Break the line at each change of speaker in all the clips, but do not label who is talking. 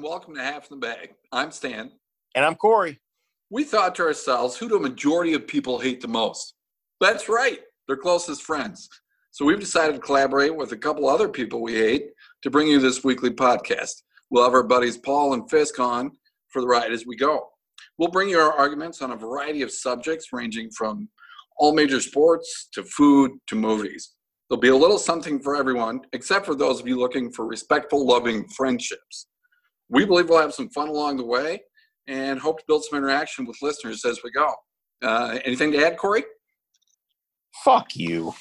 welcome to Half in the Bag. I'm Stan.
And I'm Corey.
We thought to ourselves, who do a majority of people hate the most? That's right, their closest friends. So we've decided to collaborate with a couple other people we hate to bring you this weekly podcast. We'll have our buddies Paul and Fisk on for the ride as we go. We'll bring you our arguments on a variety of subjects, ranging from all major sports to food to movies. There'll be a little something for everyone, except for those of you looking for respectful, loving friendships. We believe we'll have some fun along the way and hope to build some interaction with listeners as we go. Uh, anything to add, Corey?
Fuck you.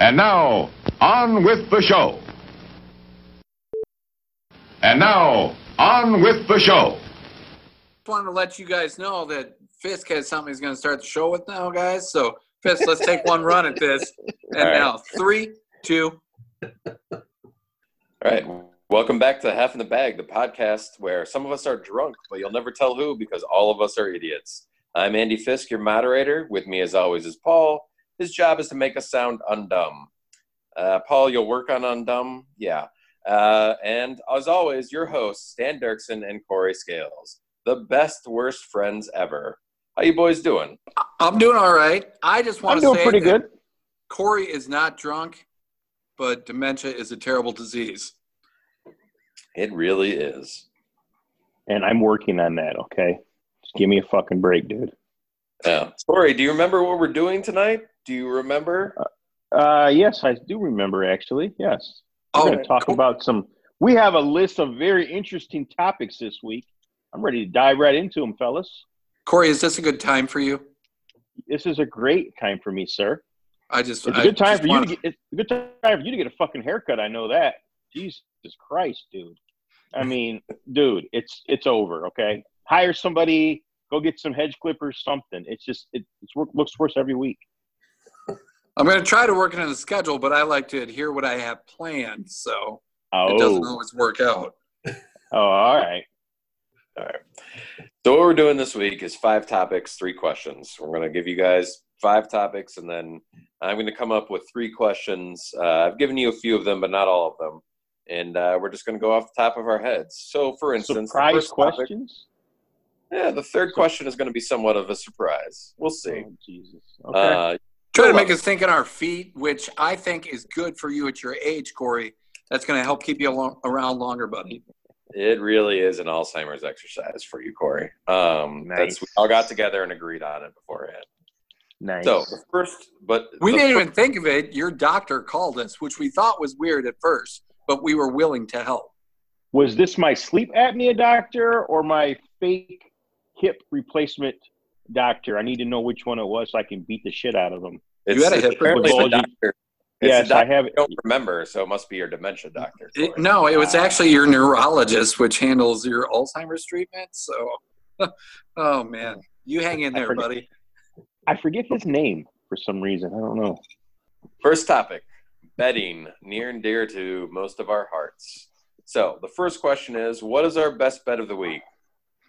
And now, on with the show. And now, on with the show.
Just wanted to let you guys know that Fisk has something he's going to start the show with now, guys. So, Fisk, let's take one run at this. And
All right.
now, three, two,
All right. Welcome back to Half in the Bag, the podcast where some of us are drunk, but you'll never tell who because all of us are idiots. I'm Andy Fisk, your moderator. With me, as always, is Paul. His job is to make us sound undumb. Uh, Paul, you'll work on undumb? Yeah. Uh, and as always, your hosts, Stan Dirksen and Corey Scales, the best worst friends ever. How you boys doing?
I'm doing all right. I just want
I'm
to
doing
say
pretty
that
good.
Corey is not drunk, but dementia is a terrible disease.
It really is.
And I'm working on that, okay? Just give me a fucking break, dude.
Yeah. Corey, do you remember what we're doing tonight? Do you remember?
Uh yes, I do remember actually. Yes. We're
Oh,
gonna talk about some we have a list of very interesting topics this week. I'm ready to dive right into them, fellas.
Corey, is this a good time for you?
This is a great time for me, sir.
I just
It's a
I
good time
just
for you
wanna-
to get it's a good time for you to get a fucking haircut, I know that. Jesus Christ, dude. I mean, dude, it's it's over, okay? Hire somebody, go get some hedge clippers, something. It's just it, it's work, looks worse every week.
I'm going to try to work it in the schedule, but I like to adhere what I have planned, so it doesn't
Oh,
always work out.
oh all right.
So what we're doing this week is five topics, three questions. We're going to give you guys five topics, and then I'm going to come up with three questions. Uh, I've given you a few of them, but not all of them, and uh, we're just going to go off the top of our heads. So, for instance, the
Surprise
first topic-
questions?
yeah, the third question is going to be somewhat of a surprise. We'll see.
Oh, Jesus. Okay.
Uh,
Try to
Cool.
make us think on our feet, which I think is good for you at your age, Corey. That's going to help keep you along, around longer, buddy.
It really is an Alzheimer's exercise for you, Corey. Um, That's
Nice.
we all got together and agreed on it beforehand.
nice.
So the first, but
We
the
didn't even think of it. Your doctor called us, which we thought was weird at first, but we were willing to help.
Was this my sleep apnea doctor or my fake hip replacement doctor? I need to know which one it was so I can beat the shit out of them.
It's,
You had a hip
apparently it's a
replacement.
doctor. It's a
Yes,
doctor
I have.
I don't remember, so it must be your dementia doctor.
It- no, it was actually your neurologist, which handles your Alzheimer's treatment. So, oh man, you hang in
I
there,
forget-
buddy.
I forget his name for some reason. I don't know.
First topic betting, near and dear to most of our hearts. So, the first question is what is our best bet of the week?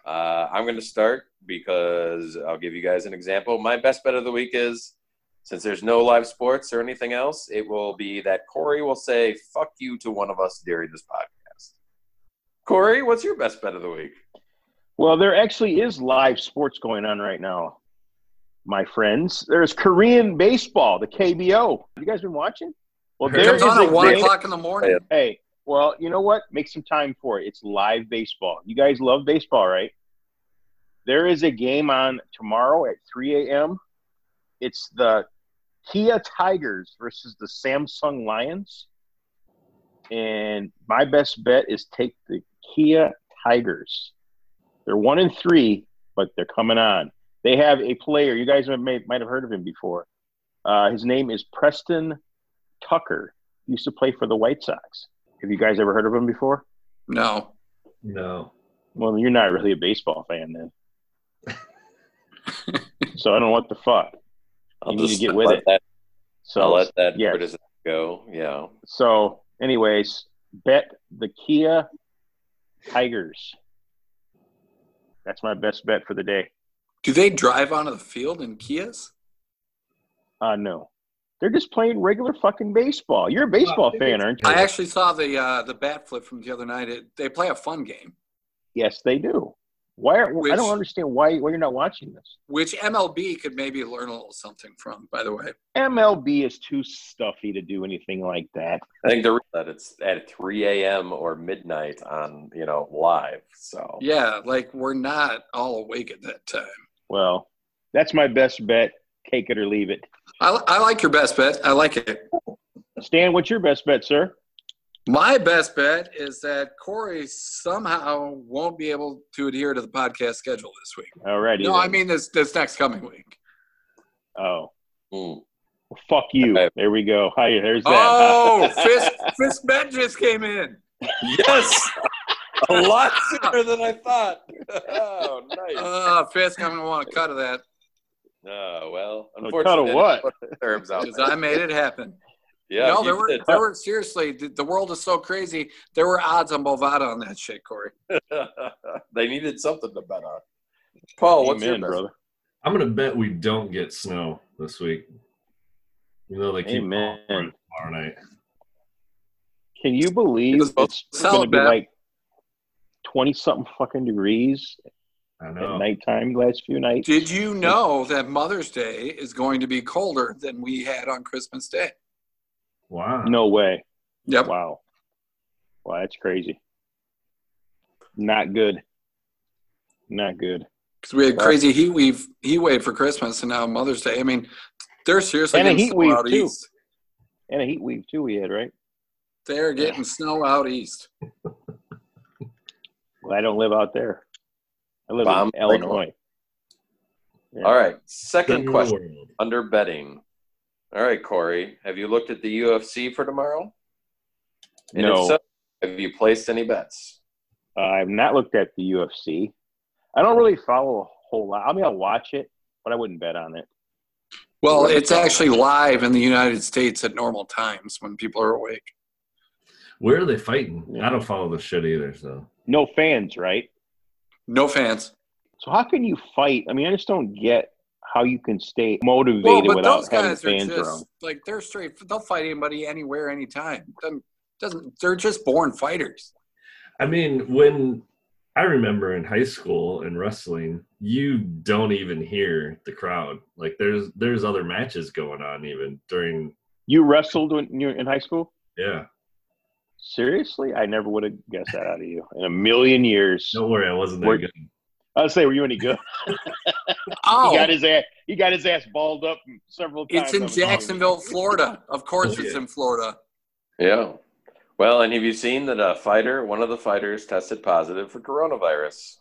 Uh, I'm going to start because I'll give you guys an example. My best bet of the week is since there's no live sports or anything else, it will be that Corey will say, fuck you to one of us during this podcast. Corey, what's your best bet of the week?
Well, there actually is live sports going on right now, my friends. There's Korean baseball, the KBO. Have you guys been watching? Well,
It
there
comes
is
on
a
at one
game-
o'clock in the morning.
Hey, well, you know what? Make some time for it. It's live baseball. You guys love baseball, right? There is a game on tomorrow at 3 a.m. It's the Kia Tigers versus the Samsung Lions. And my best bet is take the Kia Tigers. They're one and three, but they're coming on. They have a player. You guys may, might have heard of him before. Uh, his name is Preston Tucker used to play for the White Sox. Have you guys ever heard of him before?
No,
No.
Well, you're not really a baseball fan then. so I don't know what the fuck.
I'll
You need to
just
get with
let
it.
That,
So
I'll let that
yes.
criticism go. Yeah.
so anyways, bet the Kia Tigers. That's my best bet for the day.
do they drive onto the field in Kias?
Uh no. They're just playing regular fucking baseball. You're a baseball fan, aren't you?
I actually saw the uh, the bat flip from the other night. It, they play a fun game.
Yes, they do. Why? Are,
Which-
I don't understand why why you're not watching this.
which MLB could maybe learn a little something from, by the way.
MLB is too stuffy to do anything like that.
I think the reason that it's at 3 a.m. or midnight on you know live. So
Yeah, like we're not all awake at that time.
Well, that's my best bet. Take it or leave it.
I, li- I like your best bet. I like it.
Stan, what's your best bet, sir?
My best bet is that Corey somehow won't be able to adhere to the podcast schedule this week.
Alrighty.
No, I
then.
mean this this next coming week.
oh,
mm.
well, fuck you.
Okay.
There we go. Hi, there's that.
Oh, Fist Fist Bet just came in.
yes, a lot sooner than I thought. Oh, nice.
Uh, Fisk, I'm gonna want a cut of that
oh well,
cut of
unfortunately,
what?
Terms out.
because I made it happen.
Yeah,
no,
you
there were
did.
there were seriously. The, the world is so crazy. There were odds on Bovada on that shit, Corey.
they needed something to bet on. Paul, what's
Amen,
your best?
brother.
I'm gonna bet we don't get snow this week. You know they keep
Amen.
calling for it tomorrow night.
Can you believe
It's
it's,
solid
going to be
bet.
like twenty something fucking degrees
I
at
know.
nighttime last few nights?
Did you know that Mother's Day is going to be colder than we had on Christmas Day?
Wow.
No way.
Yep.
Wow. Wow, that's crazy. Not good. Not good.
Because we had crazy heat wave heat wave for Christmas, and now Mother's Day. I mean, they're seriously
And a
getting
heat
snow
wave,
out
too.
east.
And a heat wave too we had, right?
They're getting snow out east.
Well, I don't live out there. I live
Bomb
in Illinois. Yeah.
All right, second
Good
question.
world.
Under betting. All right, Corey. Have you looked at the UFC for tomorrow? And if
No.
so, have you placed any bets?
Uh, I've not looked at the UFC. I don't really follow a whole lot. I mean, I'll watch it, but I wouldn't bet on it.
Well, it's actually live in the United States at normal times when people are awake.
Where are they fighting?
Yeah.
I don't follow this shit either. So
No fans, right?
No fans.
So how can you fight? I mean, I just don't get how you can stay motivated
Well, but
without
those
having
guys are
fans
just
around.
like they're straight. They'll fight anybody, anywhere, anytime. Doesn't doesn't they're just born fighters.
I mean, when I remember in high school in wrestling, you don't even hear the crowd. Like there's there's other matches going on even during.
You wrestled when you were in high school?
Yeah.
Seriously, I never would have guessed that out of you in a million years.
Don't worry, I wasn't that
We're-
good.
I'd say, were you any good?
Oh,
He got his ass. He got his ass balled up several
It's
times.
in Jacksonville, Florida. Of course,
Oh,
it's
yeah.
in Florida.
Yeah. Well, and have you seen that a fighter, one of the fighters, tested positive for coronavirus?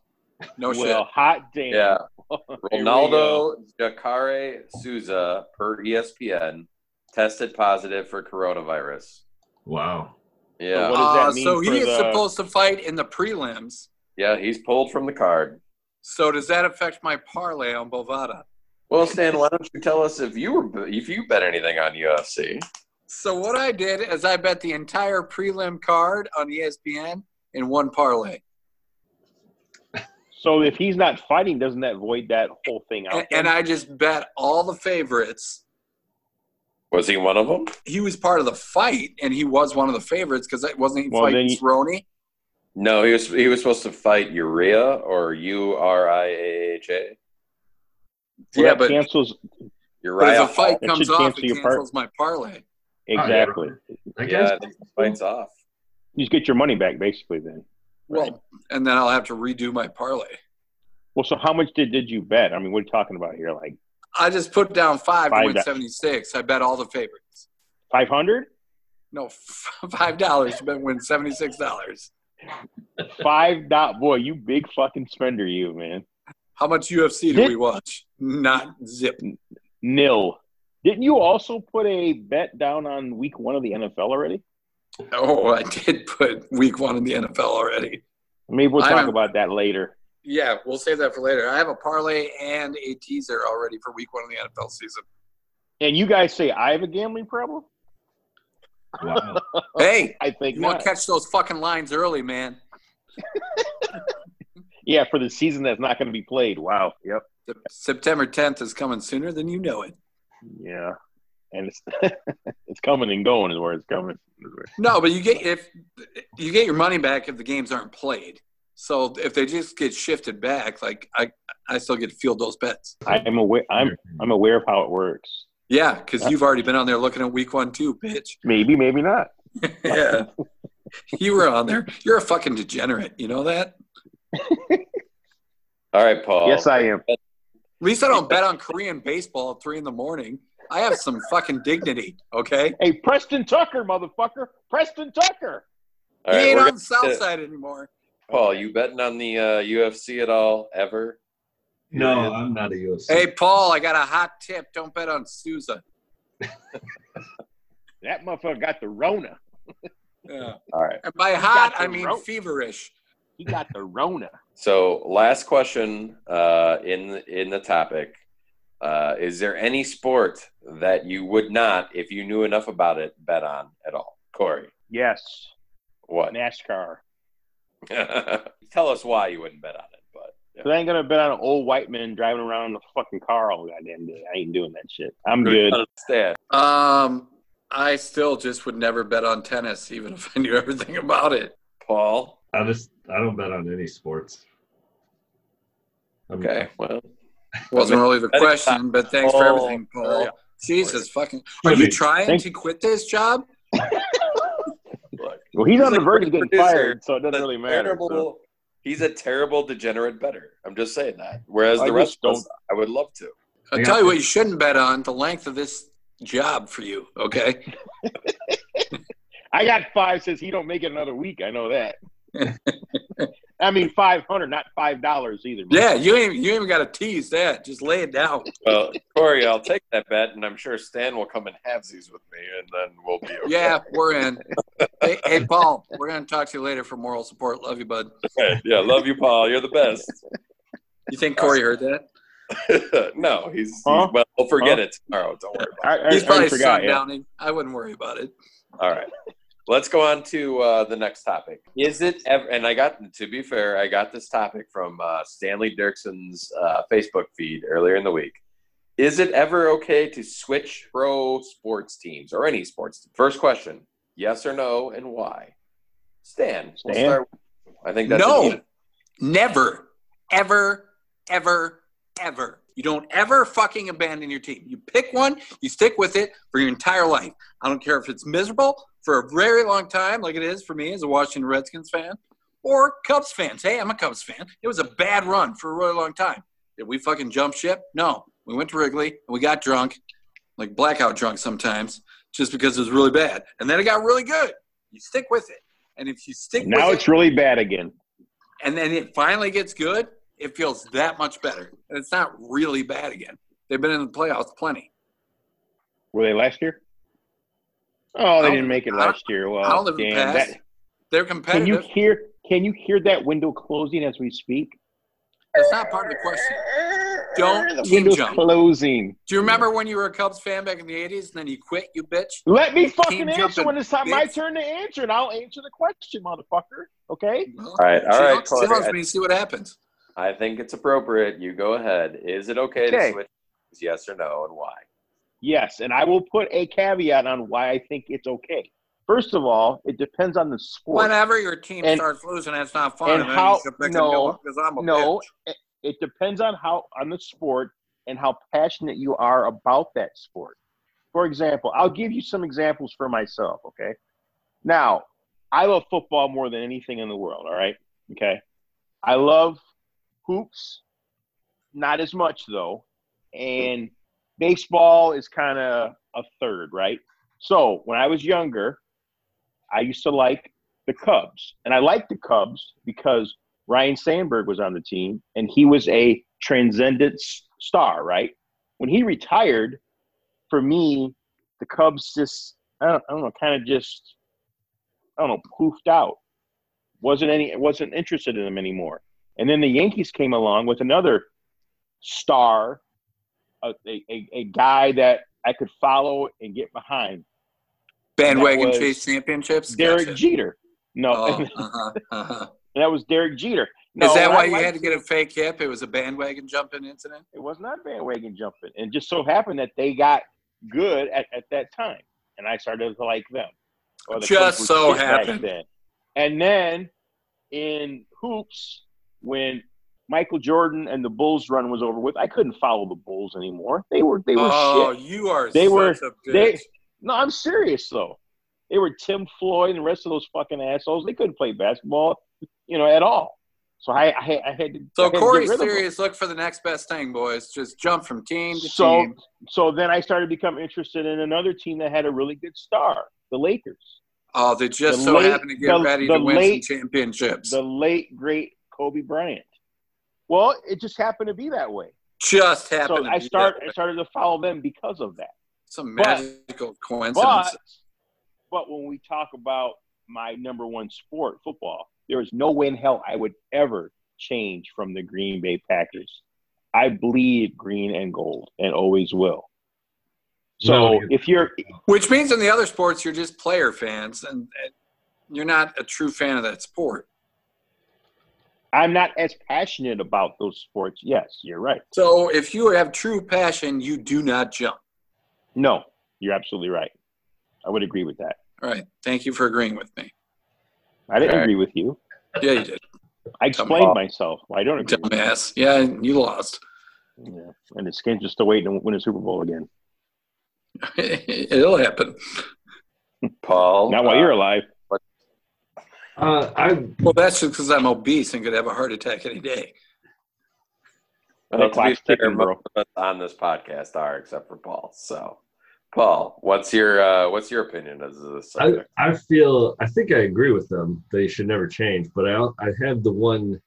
No
well, hot damn.
Yeah.
Here we go.
Ronaldo Jacare Souza, per E ESPN, tested positive for coronavirus.
Wow.
Yeah.
shit.
What does that
Uh,
mean
so he
for
is
the-
supposed to fight in the prelims.
Yeah, he's pulled from the card.
So does that affect my parlay on Bovada?
Well, Stan, why don't you tell us if you were if you bet anything on UFC?
So what I did is I bet the entire prelim card on E ESPN in one parlay,
So if he's not fighting, doesn't that void that whole thing out?
and, and I just bet all the favorites.
Was he one of them?
He was part of the fight, and he was one of the favorites because it wasn't he
Well,
fighting
then you-
Cerrone.
No, he was he was supposed to fight Urea or U R I A H A.
Well,
yeah,
that
but,
cancels
but
Urea.
if a fight
That
comes
should
off,
cancel
it
your par-
cancels my parlay.
exactly.
That
yeah,
guy's
I think the fight's off.
You just get your money back basically then. Right.
Well, and then I'll have to redo my parlay.
Well, so how much did, did you bet? I mean, what are you talking about here? Like
I just put down five,
Five
to win
dollars.
seventy six. I bet all the favorites.
five hundred?
No, five dollars to bet win seventy six dollars.
Five dot boy, you big fucking spender, you man.
How much UFC did we watch? Not zip.
Nil. Didn't you also put a bet down on week one of the NFL already?
Oh, I did put week one in the NFL already.
Maybe we'll
I
talk
don't-
about that later.
Yeah, we'll save that for later. I have a parlay and a teaser already for week one of the NFL season.
And you guys say I have a gambling problem?
wow.
Hey,
I think
you want
not.
to catch those fucking lines early, man?
yeah, for the season that's not going to be played. Wow. Yep.
Sep- September tenth is coming sooner than you know it.
Yeah. And it's it's coming and going is where it's coming.
No, but you get if you get your money back if the games aren't played. So if they just get shifted back, like I, I still get to field those bets.
I'm aware. I'm I'm aware of how it works.
Yeah, because you've already been on there looking at week one too, bitch.
Maybe, maybe not.
yeah, you were on there. You're a fucking degenerate. You know that.
All right,
Oh.
Paul.
Yes, I am.
At least I don't bet on Korean baseball at three in the morning. I have some fucking dignity, okay?
Hey, Preston Tucker, motherfucker. Preston Tucker.
All
he
right,
ain't
we're
on the
gonna-
south side anymore.
Paul, you betting on the uh, UFC at all ever?
No, I'm not a UFC.
Hey, Paul, I got a hot tip. Don't bet on Sousa.
That motherfucker got the Rona.
Yeah.
All right.
And by hot,
got
I
the
mean
rope.
feverish.
He got the Rona.
So, last question uh, in in the topic: uh, Is there any sport that you would not, if you knew enough about it, bet on at all? Corey,
Yes.
what?
NASCAR.
Tell us why you wouldn't bet on it. But
But I ain't gonna bet on an old white man driving around in a fucking car all goddamn day. I ain't doing that shit. I'm good.
Understand.
Um, I still just would never bet on tennis, even if I knew everything about it.
Paul.
I just I don't bet on any sports. I'm-
Okay. Well,
Wasn't really the
That Oh, is
question, but thanks for
Paul.
everything, Paul.
Yeah.
Jesus fucking. Are
Excuse
you
me.
trying
Thank-
to quit this job?
look,
Well, he's,
He's
on the
like
verge of
the
getting
producer.
fired, so it doesn't
a
really matter.
terrible-
so.
He's a terrible degenerate better. I'm just saying that. Whereas
I
the rest
just
of us, I would love to.
I'll
Yeah.
tell you what you shouldn't bet on the length of this job for you, okay?
I got five. Says he don't make it another week. I know that. I mean, five hundred, not five dollars either. man.
Yeah, you ain't you ain't got to tease that. Just lay it down.
Well, Corey, I'll take that bet, and I'm sure Stan will come in halvesies with me, and then we'll be okay.
Yeah, we're in. hey, hey, Paul, we're gonna talk to you later for moral support. Love you, bud.
Okay. Yeah, love you, Paul. You're the best.
You think Corey heard that?
no, he's,
Huh?
he's well. We'll forget
Huh?
it tomorrow. Don't worry about
I, I,
He's
I
probably
forgot. Yeah.
sundowning. I wouldn't worry about it.
it. All right. Let's go on to uh, the next topic. Is it ever? And I got to be fair, I got this topic from uh, Stanley Dirksen's uh, Facebook feed earlier in the week. Is it ever okay to switch pro sports teams or any sports? Team? First question: Yes or no, and why? Stan, we'll
Stan?
start with you. I think that's
No.
an easy-
Never, ever, ever, ever. You don't ever fucking abandon your team. You pick one, you stick with it for your entire life. I don't care if it's miserable for a very long time, like it is for me as a Washington Redskins fan, or Cubs fans. Hey, I'm a Cubs fan. It was a bad run for a really long time. Did we fucking jump ship? No. We went to Wrigley and we got drunk, like blackout drunk sometimes, just because it was really bad. And then it got really good. You stick with it. And if you stick
Now
with it,
it's really bad again.
and then it finally gets good, it feels that much better. And it's not really bad again. They've been in the playoffs plenty.
Were they last year? Oh, they
How-
didn't make it
how-
last year. Well,
I'll live in the
Oh, damn,
past.
that-
They're
can you
competitive.
hear? Can you hear that window closing as we speak?
It's not part of the question. Don't
The
team
window's
jump.
closing.
Do you remember when you were a Cubs fan back in the 80s and then you quit, you bitch?
Let me fucking
Team
answer
jumping,
when it's time my
bitch.
turn to answer, and I'll answer the question, motherfucker. Okay.
Well,
All right, all
she
right,
loves- she
Corey,
loves
I-
me. See what happens.
I think it's appropriate. You go ahead. Is it okay,
Okay.
to switch? teams? Yes or no, and why?
Yes, and I will put a caveat on why I think it's okay. First of all, it depends on the sport.
Whenever your team
And-
starts losing, that's not fun.
and how- no,
because I'm a
no,
bitch.
it, it depends on how on the sport and how passionate you are about that sport. For example, I'll give you some examples for myself. Okay, now I love football more than anything in the world. All right, okay, I love hoops, not as much though, and baseball is kind of a third, right? So when I was younger, I used to like the Cubs, and I liked the Cubs because Ryan Sandberg was on the team, and he was a transcendent s- star, right? When he retired, for me, the Cubs just, I don't, I don't know, kind of just, I don't know, poofed out. Wasn't any, wasn't interested in them anymore. And then the Yankees came along with another star, a, a, a, a guy that I could follow and get behind,
Bandwagon
was
chase championships?
Derek
Gotcha.
Jeter. No,
Oh,
and
uh-huh, uh-huh.
that was Derek Jeter. No,
Is that
and I
why you
liked
had to get a fake hip? It was a bandwagon jumping incident?
It was not bandwagon jumping. And just so happened that they got good at, at that time. And I started to like them. Or the
Just
Clippers
so
did back
happened.
Then. And then in hoops when Michael Jordan and the Bulls run was over with. I couldn't follow the Bulls anymore. They were they were
oh,
shit.
you are
They
such
were-
a bitch.
they- No, I'm serious though. They were Tim Floyd and the rest of those fucking assholes. They couldn't play basketball, you know, at all. So I I, had- I had to. I
so
had to get
Corey's
rid of them.
serious. Look for the next best thing, boys. Just jump from team to
So-
team.
So then I started to become interested in another team that had a really good star, the Lakers.
Oh, they just
The
so
late-
happen to get
the-
ready
the
to win
late-
some championships.
the late great Kobe Bryant. Well, it just happened to be that way.
just happened.
so
to
I
be
start
that
I
way.
started to follow them because of that.
some
but-
magical coincidence.
But but when we talk about my number one sport, football, there is no way in hell I would ever change from the Green Bay Packers. I bleed green and gold and always will. So
No, you-
if you're
Which means in the other sports, you're just player fans, and and you're not a true fan of that sport.
I'm not as passionate about those sports, yes, you're right.
So if you have true passion, you do not jump.
No, you're absolutely right. I would agree with that.
All right. Thank you for agreeing with me.
I didn't
Okay.
agree with you.
Yeah, you did,
I explained
Dumbass.
myself. I don't agree. with
dumbass. Yeah, you lost.
you. Yeah. And the Skins are still waiting to win a Super Bowl again.
It'll happen.
Paul.
Not while
uh,
you're alive.
Uh, I
Well, that's just because I'm obese and could have a heart attack any day. uh,
The
Well, to be
clock's
fair,
ticking, bro.
most of us on this podcast are, except for Paul. So, Paul, what's your uh, what's your opinion of this
I,
subject?
I feel I think I agree with them. They should never change. But I al- I have the one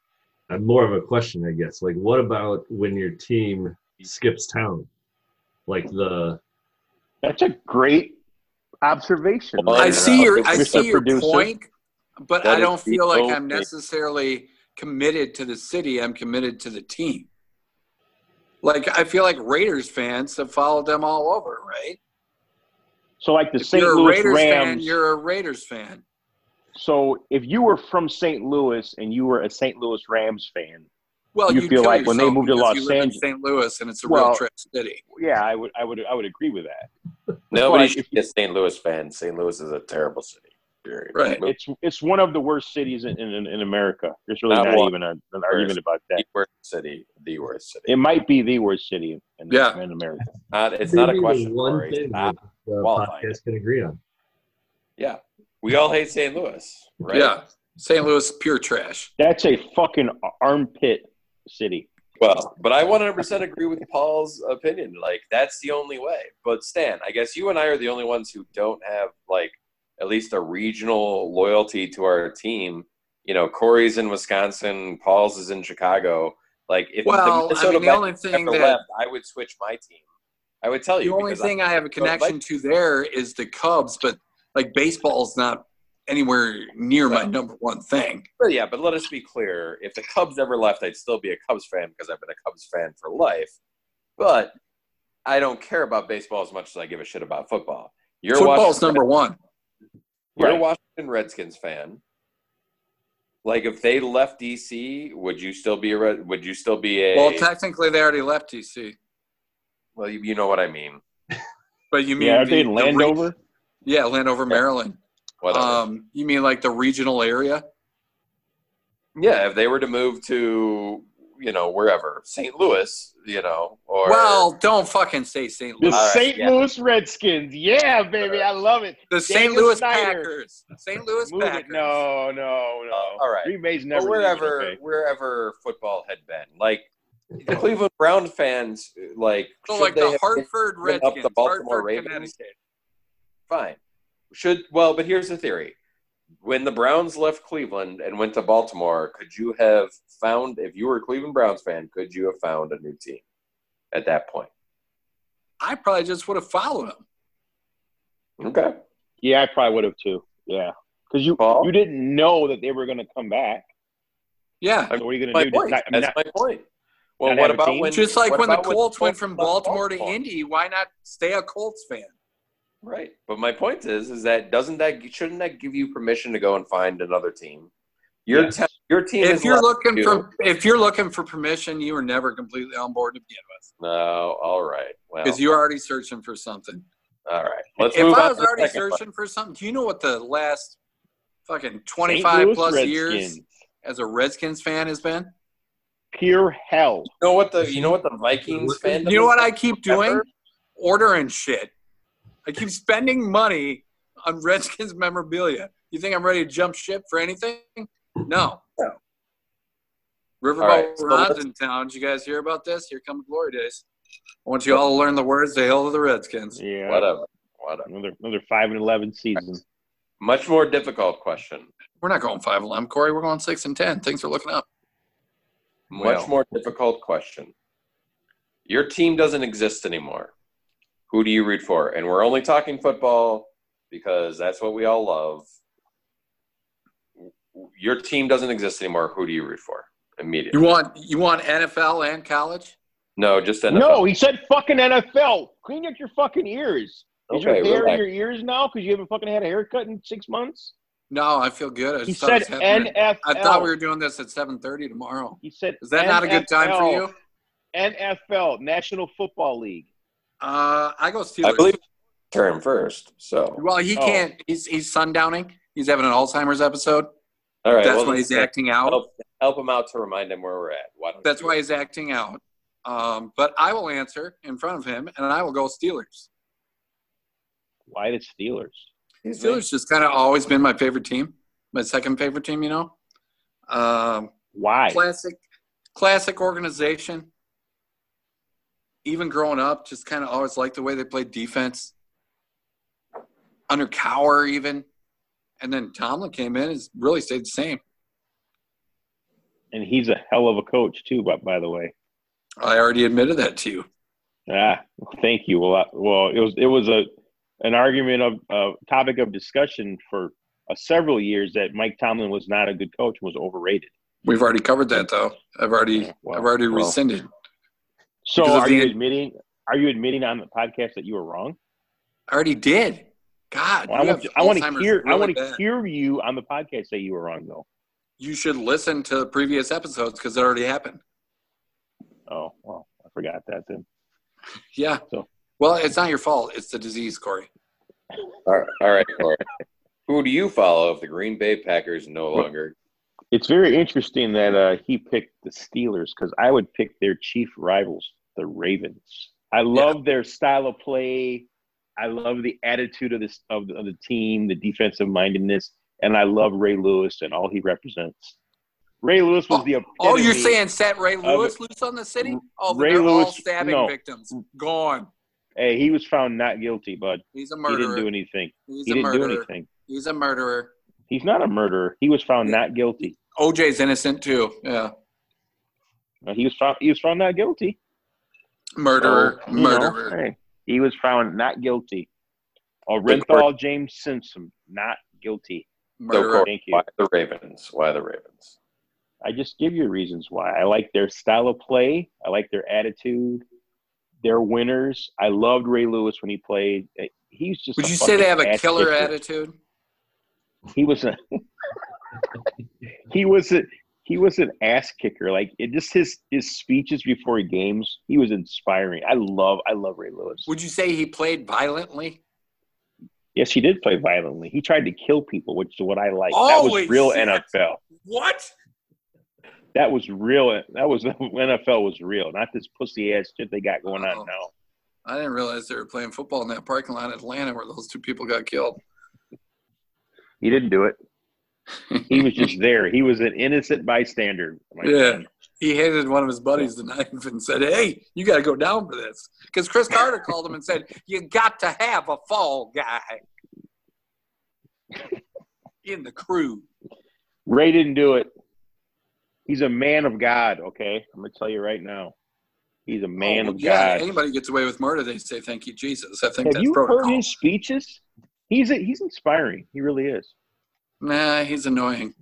I'm more of a question, I guess. Like, what about when your team skips town? Like the
That's a great observation.
Well,
I
Yeah.
see your I
Mr.
see your
Producer.
point, but I
That is
don't
the
feel like I'm
only-
necessarily committed to the city. I'm committed to the team. Like I feel like Raiders fans have followed them all over, right?
so, like the
If
St.
you're a
Louis
Raiders fan,
Rams.
you're a Raiders fan.
so, if you were from St. Louis and you were a St. Louis Rams fan,
Well,
You
you'd
feel
kill
like when they
yourself
moved to
because
Los
you live in
Angeles-
St. Louis, and it's a real
Well-
trip city.
yeah, I would, I would, I would agree with that. But
Nobody
if
should be a St. Louis fan. St. Louis is a terrible city. Period.
Right.
Move
It's, it's one of the worst cities in, in, in America. There's really
Not
not,
one.
even a, an argument about that.
to the worst city. The worst city.
It might be the worst city in, in,
Yeah.
in America.
Not, it's not a
maybe the
question.
One
Corey.
thing
Not-
that the
qualifying.
podcast can agree on.
we all hate St. Louis, right?
Yeah, St. Louis pure trash.
That's a fucking armpit city.
Well, but I 100% agree with Paul's opinion. Like, that's the only way. But Stan, I guess you and I are the only ones who don't have, like, at least a regional loyalty to our team. You know, Corey's in Wisconsin, Paul's is in Chicago. Like, if
Well, I
the Minnesota
mean, the only
Vikings
thing
ever
that-
left, I would switch my team. I would tell you.
The only
because I-
thing I have a connection to there is the Cubs, but like baseball's not anywhere near my number one thing.
Well, yeah, but let us be clear. If the Cubs ever left, I'd still be a Cubs fan because I've been a Cubs fan for life. But I don't care about baseball as much as I give a shit about football. You're
Football's
Washington,
number one.
You're a
Right.
Washington Redskins fan. Like, if they left DC, would you still be a Red, would you still be a
Well, technically, they already left DC,
well, you, you know what I mean.
but you mean
yeah, are
the-
they in
the
Landover?
re- yeah, Landover, Maryland.
Whatever.
Um, you mean like the regional area?
yeah, if they were to move to you know wherever St. Louis, you know, or
well, don't fucking say St.
The
Louis.
All right,
St.
yeah.
Louis Redskins. Yeah, baby, I love it.
The St.
Daniel
Louis
Snyder.
Packers. St. Louis
Move
Packers.
it. No, no, no.
all right.
Green Bay's never
Or wherever
leaving, okay?
wherever football had been. Like the Cleveland Brown fans, like
So
should
like
they
the
have
Hartford
given up
Redskins,
the Baltimore
Hartford,
Ravens.
Connecticut.
Fine. Should well, but here's the theory: when the Browns left Cleveland and went to Baltimore, could you have found if you were a Cleveland Browns fan, could you have found a new team at that point?
I probably just would have followed them.
Okay,
Yeah, I probably would have too. Yeah, because you
Paul?
you didn't know that they were going to come back.
Yeah.
So what are you going
my
to do?
point.
Not-
That's
not-
my point. Well,
not have
what
a
about
team?
when
Just like
what
when the
about
Colts went from
left
Baltimore to Indy, why not stay a Colts fan?
Right. But my point is, is that doesn't that shouldn't that give you permission to go and find another team? Your
Yes.
te- your team
If
is
you're
left
looking
to-
for if you're looking for permission, you were never completely on board to begin with
no. oh, All right. Well,
because you're already searching for something.
all right. Let's
if
move
I
on.
was
to the
already
second
searching for something, do you know what the last fucking
St.
25
Louis
plus
Redskins.
years? as a Redskins fan has been?
Pure hell.
You know what the you know what the Vikings fan?
You know what I keep doing? Ordering shit. I keep spending money on Redskins memorabilia. You think I'm ready to jump ship for anything? No. Riverboat
All right, so
Ron's
let's-
in town. Did you guys hear about this? Here come the glory days. I want you all to learn the words. The hell of the Redskins.
Yeah.
Whatever. Whatever.
Another another five and eleven season.
Much more difficult question.
We're not going five eleven, Corey. We're going six and ten. Things are looking up.
Much
Well.
more difficult question. Your team doesn't exist anymore. Who do you root for? And we're only talking football because that's what we all love. Your team doesn't exist anymore. Who do you root for? Immediately.
You want you want NFL and college?
no, just NFL.
No, he said fucking NFL. Clean up your fucking ears. Is
Okay,
your hair in
relax.
your ears now because you haven't fucking had a haircut in six months?
No, I feel good. I
He
just thought
said
it was happening.
NFL.
I thought we were doing this at seven thirty tomorrow.
He said
Is that not a good time for
NFL,
you?
NFL, National Football League.
Uh, I go Steelers.
I believe term first. So
Well, he
Oh.
can't. He's he's sundowning. He's having an Alzheimer's episode.
all right.
That's
well, uh, Oh.
why he's acting out.
Help, help him out to remind him where we're at. Why don't
That's
you-
why he's acting out. Um, but I will answer in front of him, and I will go Steelers.
Why the Steelers?
Excuse me?
Steelers just kind of always been my favorite team, my second favorite team. You know, um,
Why?
classic, classic organization. Even growing up, just kind of always liked the way they played defense under Cower, even, and then Tomlin came in and really stayed the same.
And he's a hell of a coach too. But by the way,
I already admitted that to you.
ah, thank you. Well, I, well, it was it was a an argument of a topic of discussion for uh, several years that Mike Tomlin was not a good coach and was overrated.
We've already covered that, though. I've already,
Yeah, well,
I've already
well.
rescinded.
So
Because of
are
the-
you admitting? Are you admitting on the podcast that you were wrong?
I already did. God,
Well,
you
I want
have
I want to
Alzheimer's
hear I
really
want to
bad.
hear you on the podcast say you were wrong though.
You should listen to previous episodes because it already happened.
Oh well, I forgot that then.
Yeah.
So-
Well, it's not your fault. It's the disease, Corey.
All right, all right, Corey. Who do you follow if the Green Bay Packers no longer?
It's very interesting that uh, he picked the Steelers because I would pick their chief rivals, the Ravens. I love their style of play. I love the attitude of this of the, of the team, the defensive mindedness, and I love Ray Lewis and all he represents. Ray Lewis was the epitome.
Oh, you're saying set Ray
it.
Lewis loose on the city? Oh, but
Ray
they're all
Lewis-
stabbing
no.
victims. Gone.
hey, he was found not guilty, but
He's a
he didn't
murderer.
do anything.
He's
he
a
didn't do
murderer.
anything.
He's a murderer.
He's not a murderer. He was found not guilty.
OJ's innocent too. Yeah.
No, He was found. He was found not guilty.
Murderer.
So, Oh, you know,
murderer.
hey, he was found not guilty. Orenthal James Simpson, not guilty.
Murderer.
Corey-
Thank you.
Why the Ravens? Why the Ravens?
I just give you reasons why. I like their style of play. I like their attitude. They're winners. I loved Ray Lewis when he played. Uh, He's just.
Would
a
you say they have
fucking
a
ass
killer
kicker.
attitude?
He was a. he was a. He was an ass kicker. Like it just his his speeches before games. He was inspiring. I love I love Ray Lewis.
Would you say he played violently?
Yes, he did play violently. He tried to kill people, which is what I like. that
Holy
was real
shit.
NFL.
What?
That was real. That was NFL was real, not this pussy ass shit they got going
Oh.
on now.
I didn't realize they were playing football in that parking lot in Atlanta where those two people got killed.
He didn't do it. He was just there. He was an innocent bystander. my
Yeah.
friend.
He handed one of his buddies the knife and said, Hey, you got to go down for this. Because Chris Carter called him and said, You got to have a fall guy in the crew.
Ray didn't do it. He's a man of God. Okay, I'm gonna tell you right now. He's a man
Oh,
of
yeah,
God.
anybody gets away with murder, they say, Thank you, Jesus. I think
Have
that's
you
protocol.
heard his speeches? He's a, he's inspiring. He really is.
Nah, he's annoying.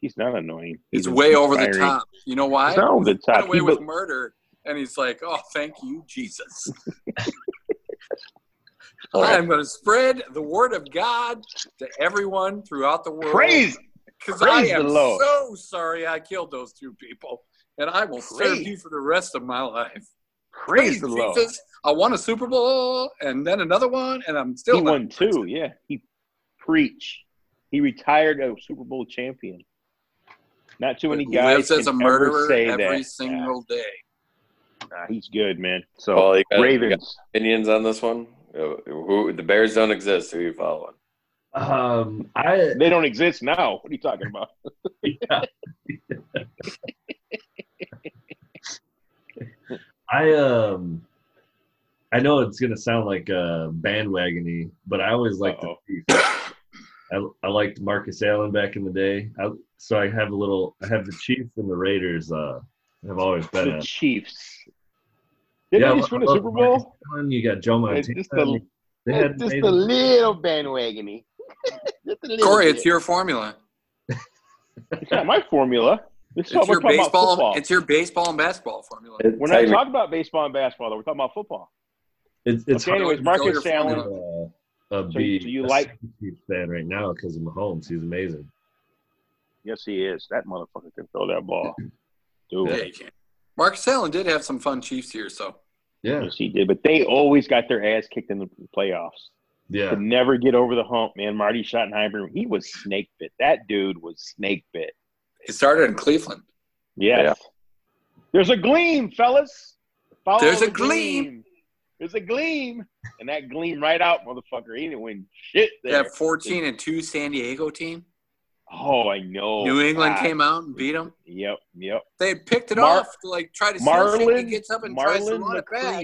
He's not annoying.
He's way over the
inspiring.
top. You know why?
He's not over the
Got
top.
away
He
with
be-
murder. And he's like, Oh, thank you, Jesus.
All right.
I'm going to spread the word of God to everyone throughout the world.
praise
Because I
praise the
am
Lord.
so sorry I killed those two people, and I will serve
Praise.
you for the rest of my life.
praise the Lord.
Jesus. I won a Super Bowl and then another one, and I'm still
He
not-
won two. Yeah, he preached. He retired a Super Bowl champion. Not too many
He lives
guys
as a
can ever
murderer
say
every
that.
single day.
Yeah, nah, he's good, man. So
Well, you got- you got
Ravens.
opinions on this one? Uh, Who the Bears don't exist? Who you following?
Um, I
They don't exist now. What are you talking about?
I um I know it's gonna sound like uh bandwagony, but I always liked
Uh-oh.
the Chiefs. I, I liked Marcus Allen back in the day. I, so I have a little I have the Chiefs and the Raiders uh have always been
The
a
Chiefs. Didn't
uh, Yeah,
they just win a
well,
Super Bowl?
Allen, you got Joe Montana.
It's just a,
They
it's
had
just
made-
a little bandwagony. Just a little
Corey,
bit.
it's your formula.
It's not my formula. This is
It's
what we're
your
talking about
baseball.
football.
It's your baseball and basketball formula.
We're not
Technic-
talking about baseball and basketball, though. We're talking about football.
it's it's
okay,
hard
anyways,
It's
Marcus
all your
Allen.
formula.
to uh, uh,
So
be
you- so you
a
like-
Chiefs fan right now because of Mahomes. He's amazing.
Yes, he is. That motherfucker can throw that ball. Dude.
Yeah, you can. Marcus Allen did have some fun Chiefs here, so
Yeah,
Yes, he did. But they always got their ass kicked in the playoffs.
yeah.
Could never get over the hump, man. Marty Schottenheimer, he was snake bit. That dude was snake bit.
he started in Cleveland.
Yes.
Yeah.
There's a gleam, fellas. Follow
There's a
the
gleam.
There's a gleam. And that gleam right out, motherfucker. He didn't win shit there.
That 14 and 2 San Diego team.
Oh, I know.
New England
God.
came out and beat them.
Yep, yep.
They had picked it
Mar-
off to like try to see if he
Marlon,
gets up and tries to
Marlon
run it back.
McCree.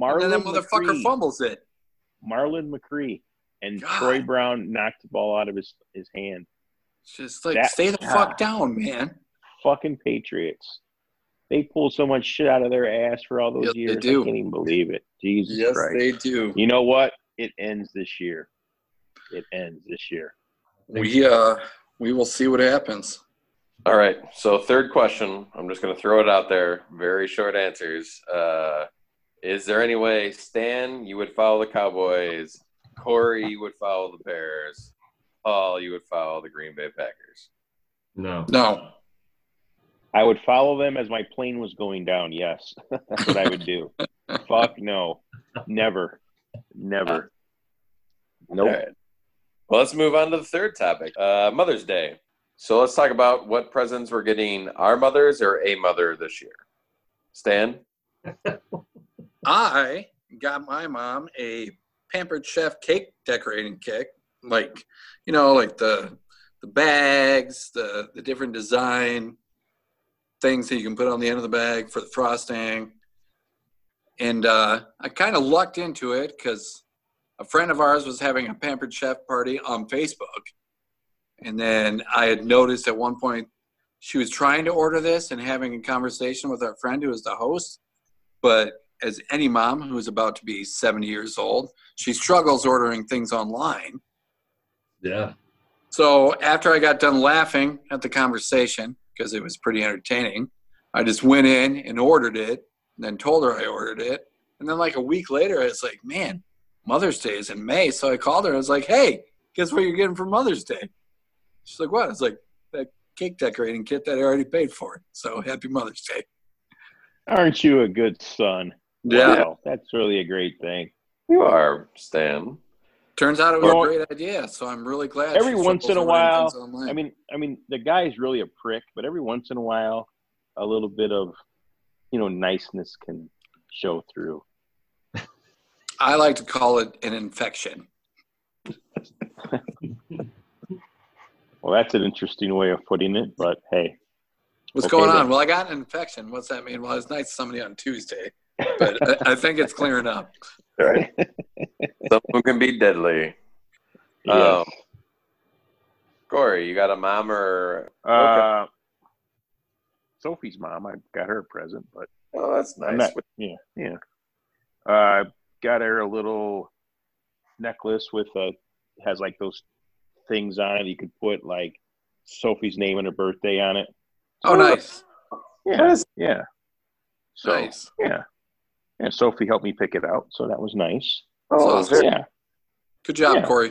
And then that
Marlon
motherfucker
McCree.
fumbles it.
Marlon McCree. And
God.
Troy Brown knocked the ball out of his, his hand.
It's just like
That-
stay the
ah.
fuck down, man.
Fucking Patriots. They pull so much shit out of their ass for all those
Yes, they
years.
do.
I can't even believe it. Jesus Christ.
they do.
You know what? It ends this year. It ends this year.
We uh we will see what happens.
All right. So third question. I'm just going to throw it out there. Very short answers. Uh, is there any way, Stan, you would follow the Cowboys? Corey, you would follow the Bears. Paul, you would follow the Green Bay Packers.
No,
No.
I would follow them as my plane was going down. Yes, that's what I would do. Fuck no, never, never. Nope.
All right. Well, let's move on to the third topic uh, Mother's Day. So let's talk about what presents we're getting our mothers or a mother this year. Stan?
I got my mom a pampered chef cake decorating kit, like you know, like the the bags, the the different design things that you can put on the end of the bag for the frosting. And uh, I kind of lucked into it because a friend of ours was having a pampered chef party on Facebook, and then I had noticed at one point she was trying to order this and having a conversation with our friend who was the host, but as any mom who is about to be 70 years old, she struggles ordering things online.
yeah.
So after I got done laughing at the conversation, because it was pretty entertaining, I just went in and ordered it, and then told her I ordered it. And then, like a week later, I was like, man, Mother's Day is in May. So I called her and I was like, hey, guess what you're getting for Mother's Day? She's like, what? I was like, that cake decorating kit that I already paid for. So happy Mother's Day. Uh,
Aren't you a good son? Wow, that's really a great thing.
You are, Stan.
Turns out it was
Well,
a great idea, so I'm really glad.
every
she
once in a
shuffles around
while,
things online.
I mean, I mean, the guy's really a prick, but every once in a while, a little bit of, you know, niceness can show through.
I like to call it an infection.
Well, that's an interesting way of putting it, but hey,
What's
Okay,
going
then.
on? Well, I got an infection. What's that mean? Well, I was nice to somebody on Tuesday, but I, I think it's clearing up.
All right. Some of them can be deadly.
yeah.
Um, Corey, you got a mom or?
Uh, Sophie's mom, I got her a present, but
Oh, that's nice.
I'm not. Yeah, yeah. Uh, I got her a little necklace with a has like those things on it. You could put like Sophie's name and her birthday on it.
Oh, nice,
Yeah, yeah. So
nice.
yeah, yeah. Sophie helped me pick it out, so that was nice.
Oh,
Awesome.
very-
Yeah,
Good job,
Yeah.
Corey.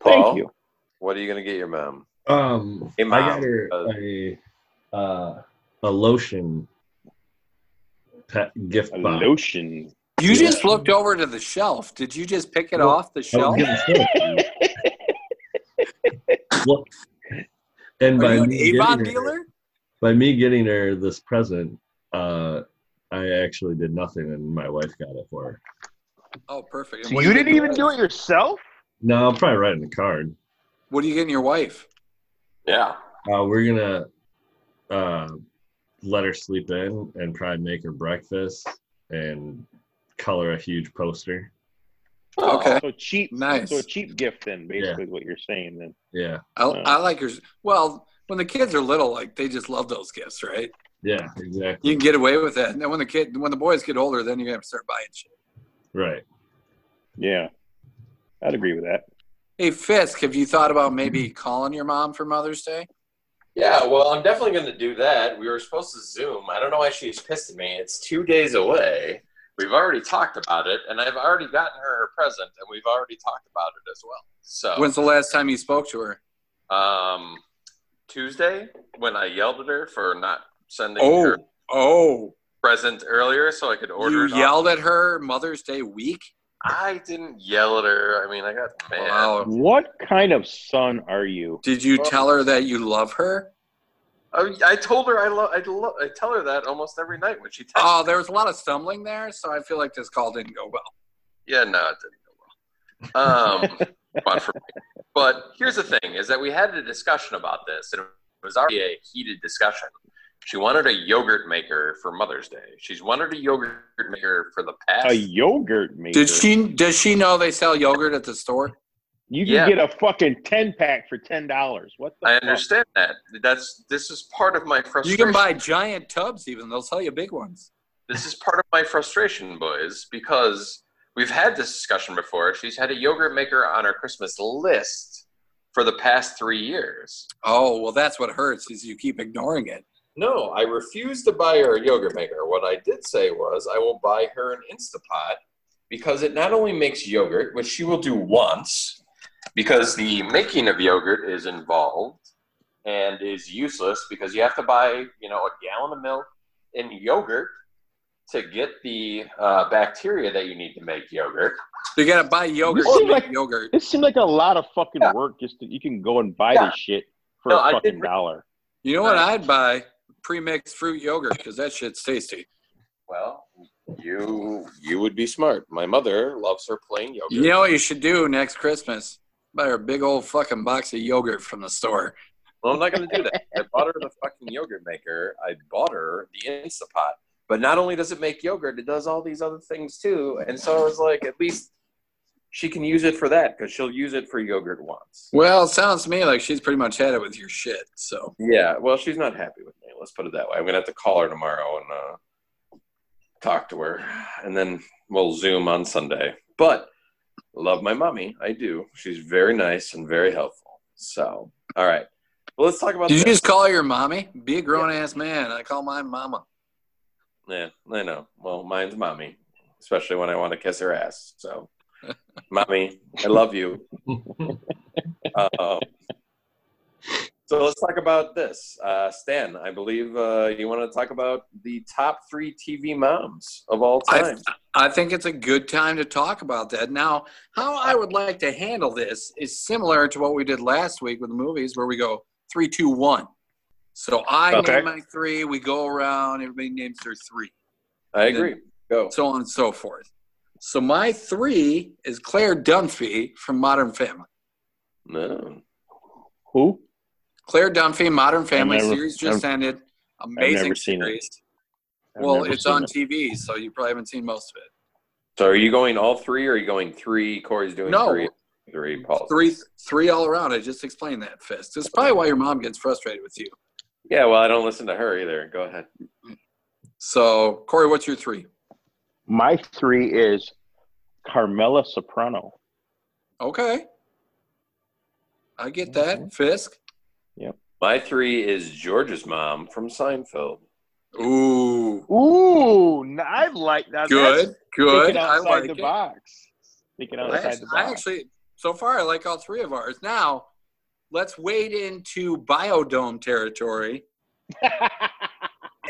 Paul,
thank you.
What are you gonna get your mom?
Um,
Hey,
I
Mom.
got her a uh, a lotion pet gift
A
box.
lotion.
You
Yeah.
just looked over to the shelf. Did you just pick it
Well,
off the
I was
shelf?
gonna say, look, And
Are
by
you an
me
Avon
getting her-
dealer?
by me getting her this present, uh, I actually did nothing, and my wife got it for her.
Oh, perfect. And
So
what
you
do
didn't even do it yourself?
No, I'm probably writing a card.
What are you getting your wife?
Yeah.
Uh, we're gonna uh, let her sleep in and probably make her breakfast and color a huge poster.
Okay.
So cheap.
Nice.
So a cheap gift then, basically, what you're saying then.
Yeah,
I, I like yours. Well, when the kids are little, like they just love those gifts, right?
yeah, exactly.
You can get away with that. And then when the kid, when the boys get older, then you have to start buying shit.
Right.
Yeah. I'd agree with that.
Hey Fisk, have you thought about maybe calling your mom for Mother's Day?
Yeah, well, I'm definitely going to do that. We were supposed to Zoom. I don't know why she's pissed at me. It's two days away. We've already talked about it, and I've already gotten her her present, and we've already talked about it as well. So,
When's the last time you spoke to her?
um, Tuesday, when I yelled at her for not sending her
Oh, oh,
present earlier so I could order
you
it off-
yelled at her Mother's Day week.
I didn't yell at her. I mean, I got mad.
Wow.
What kind of son are you?
Did you tell her that you love her?
I, I told her I love. I, lo- I tell her that almost every night when she texts.
Oh, there was a lot of stumbling there, so I feel like this call didn't go well.
Yeah, no, it didn't go well. Um, fun for me. But here's the thing: is that we had a discussion about this, and it was already a heated discussion. She wanted a yogurt maker for Mother's Day. She's wanted a yogurt maker for the past.
A yogurt maker.
Did she? Does she know they sell yogurt at the store?
You can
Yeah.
get a fucking ten pack for ten dollars. What the?
I
fuck?
understand that. That's this is part of my
You
frustration.
can buy giant tubs, even they'll sell you big ones.
this is part of my frustration, boys, because we've had this discussion before. She's had a yogurt maker on her Christmas list for the past three years.
Oh well, that's what hurts is you keep ignoring it.
No, I refused to buy her a yogurt maker. What I did say was I will buy her an Instapot because it not only makes yogurt, which she will do once, because the making of yogurt is involved and is useless because you have to buy, you know, a gallon of milk and yogurt to get the uh, bacteria that you need to make yogurt.
You gotta buy yogurt.
This
To
is
make
like-
yogurt.
This seemed like a lot of fucking
Yeah.
work. Just that you can go and buy
Yeah.
this shit for
No, I
a
did
fucking
re-
dollar.
You know what I'd buy? Pre-mixed fruit yogurt because that shit's tasty.
Well, you you would be smart. My mother loves her plain yogurt.
You know what you should do next Christmas? Buy her a big old fucking box of yogurt from the store.
Well, I'm not going to do that. I bought her the fucking yogurt maker. I bought her the Instapot. But not only does it make yogurt, it does all these other things too. And so I was like, at least she can use it for that because she'll use it for yogurt once.
Well, it sounds to me like she's pretty much had it with your shit. So
Yeah. Well, she's not happy with me. Let's put it that way. I'm going to have to call her tomorrow and uh, talk to her. And then we'll Zoom on Sunday. But love my mommy. I do. She's very nice and very helpful. So, all right. Well, let's talk about
did you
this.
just call your mommy? Be a grown ass man. I call mine mama.
Yeah, I know. Well, mine's mommy, especially when I want to kiss her ass. So, mommy, I love you. um, so let's talk about this, uh, Stan. I believe uh, you want to talk about the top three TV moms of all
I-
time.
I think it's a good time to talk about that. Now, how I would like to handle this is similar to what we did last week with the movies, where we go three, two, one. So I
Okay.
name my three. We go around. Everybody names their three,
I, agree. Go.
so on and so forth. So my three is Claire Dunphy from Modern Family.
No.
Who?
Claire Dunphy, Modern Family
never-
series just ended. Amazing
never seen it.
series.
I've
Well,
never
it's
seen
on
it.
TV, so you probably haven't seen most of it.
So, are you going all three, or are you going three? Corey's doing
No.
three. Three. Paul's
Three, three all around. I just explained that, Fist. It's probably why your mom gets frustrated with you.
Yeah. Well, I don't listen to her either. Go ahead.
So, Corey, what's your three?
My three is Carmela Soprano.
Okay. I get that. Fisk.
My three is George's mom from Seinfeld.
Ooh.
Ooh, n- I like that.
Good. Good.
Thinking
I
outside
like
the
it.
box. Thinking
I
outside
actually,
the
I
box.
actually- so far, I like all three of ours. Now, let's wade into biodome territory.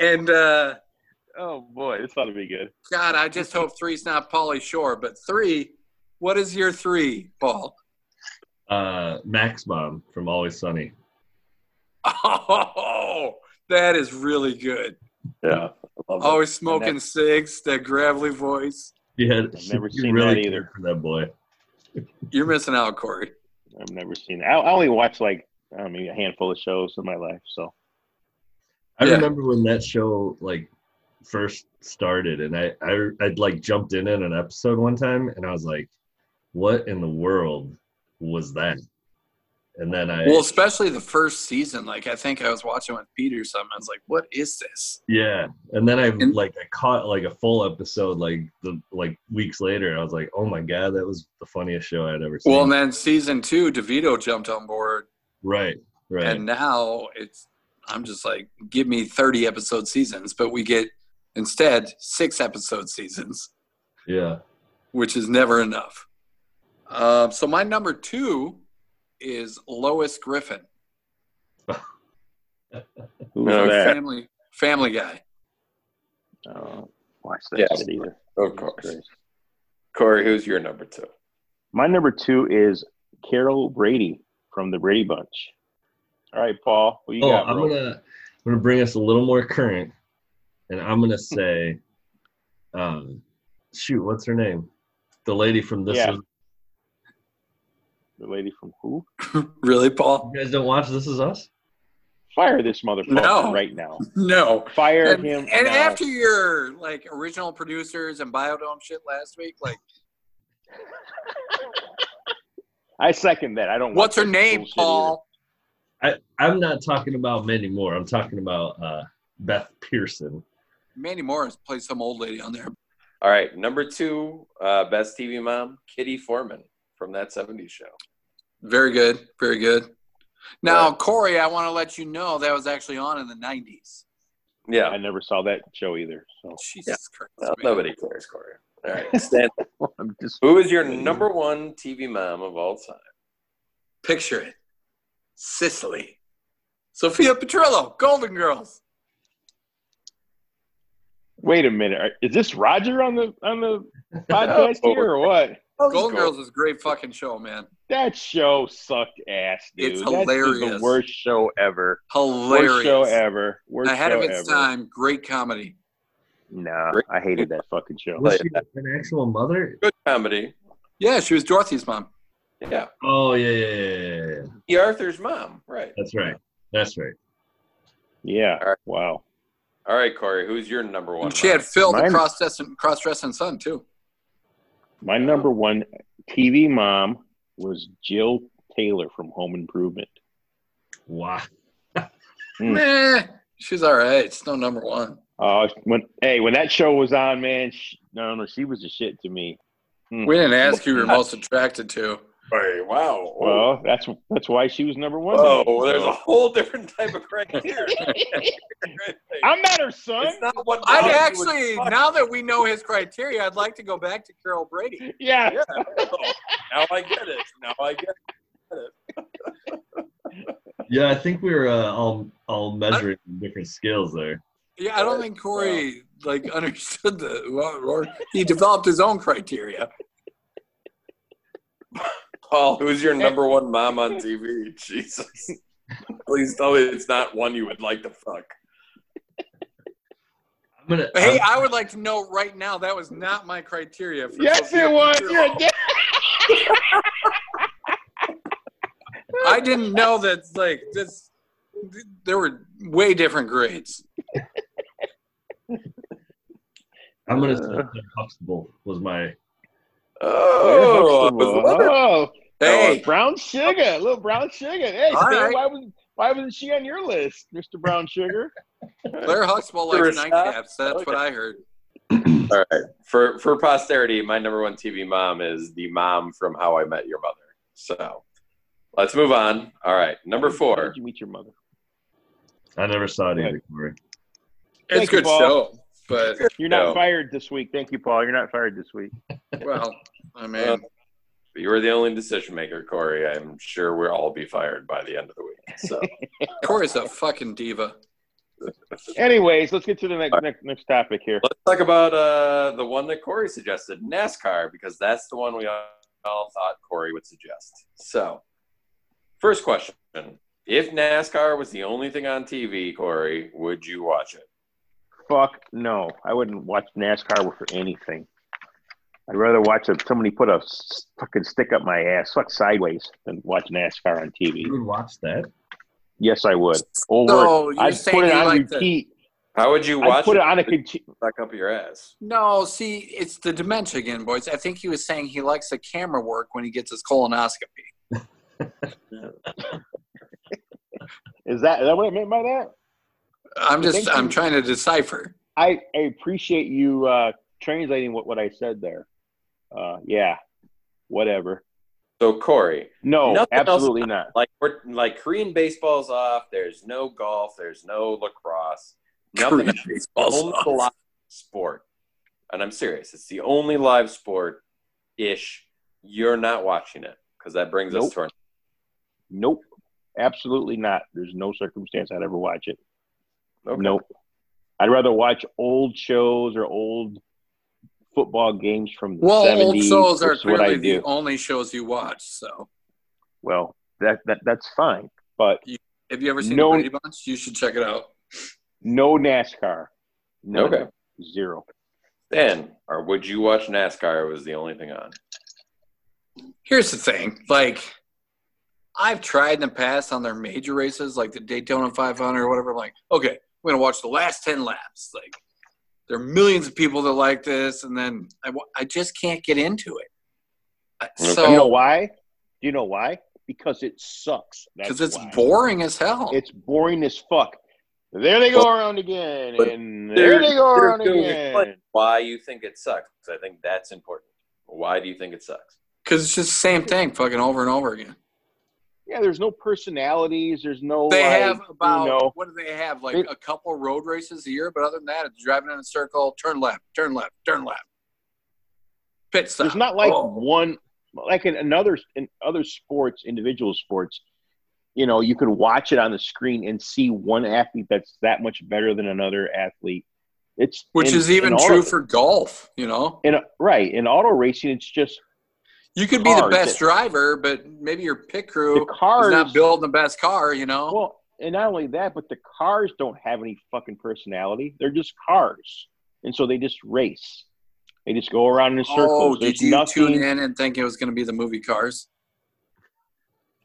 And, uh,
oh boy, this ought to be good.
God, I just hope three's not Pauly Shore, but three, what is your three, Paul?
Uh, Max Bomb from Always Sunny.
Oh, that is really good.
Yeah. I love it.
Always smoking cigs, that gravelly voice.
Yeah,
I've never
you
seen
really
that
cared
either.
For that boy.
You're missing out, Corey.
I've never seen. I, I only watched like I don't know, maybe a handful of shows in my life. So
I
Yeah.
remember when that show like first started, and I I I'd like jumped in in an episode one time, and I was like, "What in the world was that?" And then I
Well, especially the first season. Like I think I was watching with Peter or something. I was like, what is this?
yeah, and then I
And-
like I caught like a full episode like the like weeks later, and I was like, "Oh my god, that was the funniest show I'd ever seen."
Well, and then season two, DeVito jumped on board,
right, right,
and now it's. I'm just like, give me 30 episode seasons, but we get instead six episode seasons,
yeah,
which is never enough. Uh, so my number two is Lois Griffin,
who's
No,
that?
Family Family Guy.
Uh, watch that
Yeah.
shit either.
Of course. Corey, who's your number two?
My number two is Carol Brady from the Brady Bunch. All right, Paul, what you
oh,
got?
I'm
bro?
gonna I'm gonna bring us a little more current, and I'm gonna say, um, shoot, what's her name? The lady from this.
Yeah.
Is,
The lady from who?
Really, Paul?
you guys don't watch This Is Us?
Fire this motherfucker
No.
right now.
No.
Fire
and,
him.
and
now.
after your like original producers and biodome shit last week like
I second that. I don't.
what's her
watch this
name
bullshit either.
paul
I I'm not talking about many more. I'm talking about uh, Beth Pearson.
mandy morris plays some old lady on there
All right, number two, uh, best TV mom, Kitty Foreman from that '70s show.
very good very good now
Yeah.
corey i want to let you know that was actually on in the 90s
Yeah,
I never saw that show either. So
jesus
well,
christ man.
nobody cares, Corey. All right, Stan,
I'm just
who is your number one TV mom of all time?
picture it sicily sophia petrillo golden girls
wait a minute. Are- Is this Roger on the on the podcast here or what?
golden girls is a great fucking show man
That show sucked ass, dude.
It's
That's just
hilarious.
the worst show ever.
hilarious
Worst show ever. Worst
ahead
show
of its
ever.
time great comedy
Nah,
Great.
I hated that fucking show.
Was
Like
she
that.
an actual mother?
Good comedy.
yeah she was dorothy's mom
Yeah,
Oh yeah, yeah, yeah, yeah, yeah.
E. Arthur's mom. Right.
That's right. That's right.
Yeah.
All right.
Wow.
All right, Corey, who's your number one?
And she had
mom?
Phil, the
Mine-
cross dressing cross dressing son too.
My number one TV mom was Jill Taylor from Home Improvement.
Wow.
Hmm.
Meh, she's all right. It's no number one.
Uh, when hey, when that show was on, man, she, no, no, she was a shit to me.
We didn't ask who you're most attracted to.
Hey, wow.
Well, that's that's why she was number one. to
Whoa,
me.
Oh, there's a whole different type of criteria.
I'm not her son.
It's not what
I'd
mom you
actually,
would-
now that we know his criteria, I'd like to go back to Carol Brady.
Yeah.
Yeah, now I get it. Now I get it.
Yeah, I think we were uh, all all measuring different skills there.
Yeah, I don't think Corey like understood the or, or he developed his own criteria.
Paul, who's your number one mom on TV? Jesus. Please tell me it's not one you would like to fuck.
I'm gonna.
Hey, I would like to know right now that was not my criteria. For
Yes,
Sophia
it was.
Petrillo.
You're a dick.
I didn't know that. Like this, th- there were way different grades.
I'm, I'm gonna.
uh,
say Huxtable was my
Oh, I was wondering.
Oh,
Hey,
brown sugar, little brown sugar. Hey,
All
Stan,
right.
why was why wasn't she on your list, Mr. Brown Sugar?
Blair Huxtable likes
Chris, huh?
nightcaps. That's what I heard.
All right. For for posterity, my number one TV mom is the mom from How I Met Your Mother. So let's move on. All right. Number
How
four.
did you meet your mother?
I never saw it
Right.
either, Corey.
Thank
It's a
you,
good
Paul.
show, but
You're not
No.
fired this week. Thank you, Paul. You're not fired this week.
well, I mean,
Uh, You were the only decision maker, Corey. I'm sure we'll all be fired by the end of the week. So
Uh,
Corey's a fucking diva.
Anyways, let's get to the next next, next topic here.
let's talk about uh, the one that Corey suggested, NASCAR, because that's the one we all thought Corey would suggest. So, first question If NASCAR was the only thing on TV, Corey, would you watch it?
Fuck no. I wouldn't watch NASCAR for anything. I'd rather watch if somebody put a s- fucking stick up my ass, fuck sideways, than watch NASCAR on TV.
You would watch that.
Yes, I would. Over.
So you're
I'd
saying
put it
you
on
like to-
repeat.
How would you
I'd
watch
put it
it?
on a conti-
Back up your ass.
No, see, it's the dementia again, boys. I think he was saying he likes the camera work when he gets his colonoscopy.
Is that is that what I meant by that?
I'm
I
just,
think
I'm
he-
trying to decipher.
I, I appreciate you uh, translating what, what I said there. Uh, yeah, whatever.
So Corey,
No,
Nothing else-
absolutely not.
like we're like Korean baseball's off. There's no golf. There's no lacrosse. Nothing.
Korean baseball's
only
off.
live sport, and I'm serious. It's the only live sport ish. You're not watching it because that brings us
Nope.
to our.
Nope, absolutely not. There's no circumstance I'd ever watch it.
Okay.
Nope. I'd rather watch old shows or old football games from the
Well,
70s.
old shows are
which is what I
clearly
do.
the only shows you watch. So,
Well, that, that that's fine, but
have you ever seen
No-
the Brady Bunch? You should check it out.
no NASCAR. No,
Okay.
zero.
Then, or would you watch NASCAR? Was the only thing on.
Here's the thing, like. I've tried in the past on their major races, like the Daytona 500 or whatever. I'm like, okay, we're gonna watch the last 10 laps. Like, there are millions of people that like this, and then I, wa- I just can't get into it. Uh,
Okay.
So,
you know why? Do you know why? Because it sucks. That's
because it's
why.
boring as hell.
It's boring as fuck. There they go around again,
But
and there they go
There's
around
no
again.
explain Why you think it sucks? 'cause I think that's important. Why do you think it sucks?
because it's just the same thing, fucking over and over again.
Yeah, there's no personalities. There's no.
They
like,
have about
You know,
what do they have? Like
They-
a couple road races a year, but other than that, it's driving in a circle, turn left, turn left, turn left, pit stop.
there's not like
Oh.
one like in another in other sports, individual sports. You know, you could watch it on the screen and see one athlete that's that much better than another athlete. It's
which
in-
is even
in all
true
of-
for golf. You know,
in right in auto racing. It's just
you could be the
Cars
best
that-
driver, but maybe your pit crew
the
is
cars
not building the best car. You know,
Well, and not only that, but the cars don't have any fucking personality. They're just cars, and so they just race. They just go around in
oh,
circles.
did
There's
you tune
nothing.
in and think it was going to be the movie Cars?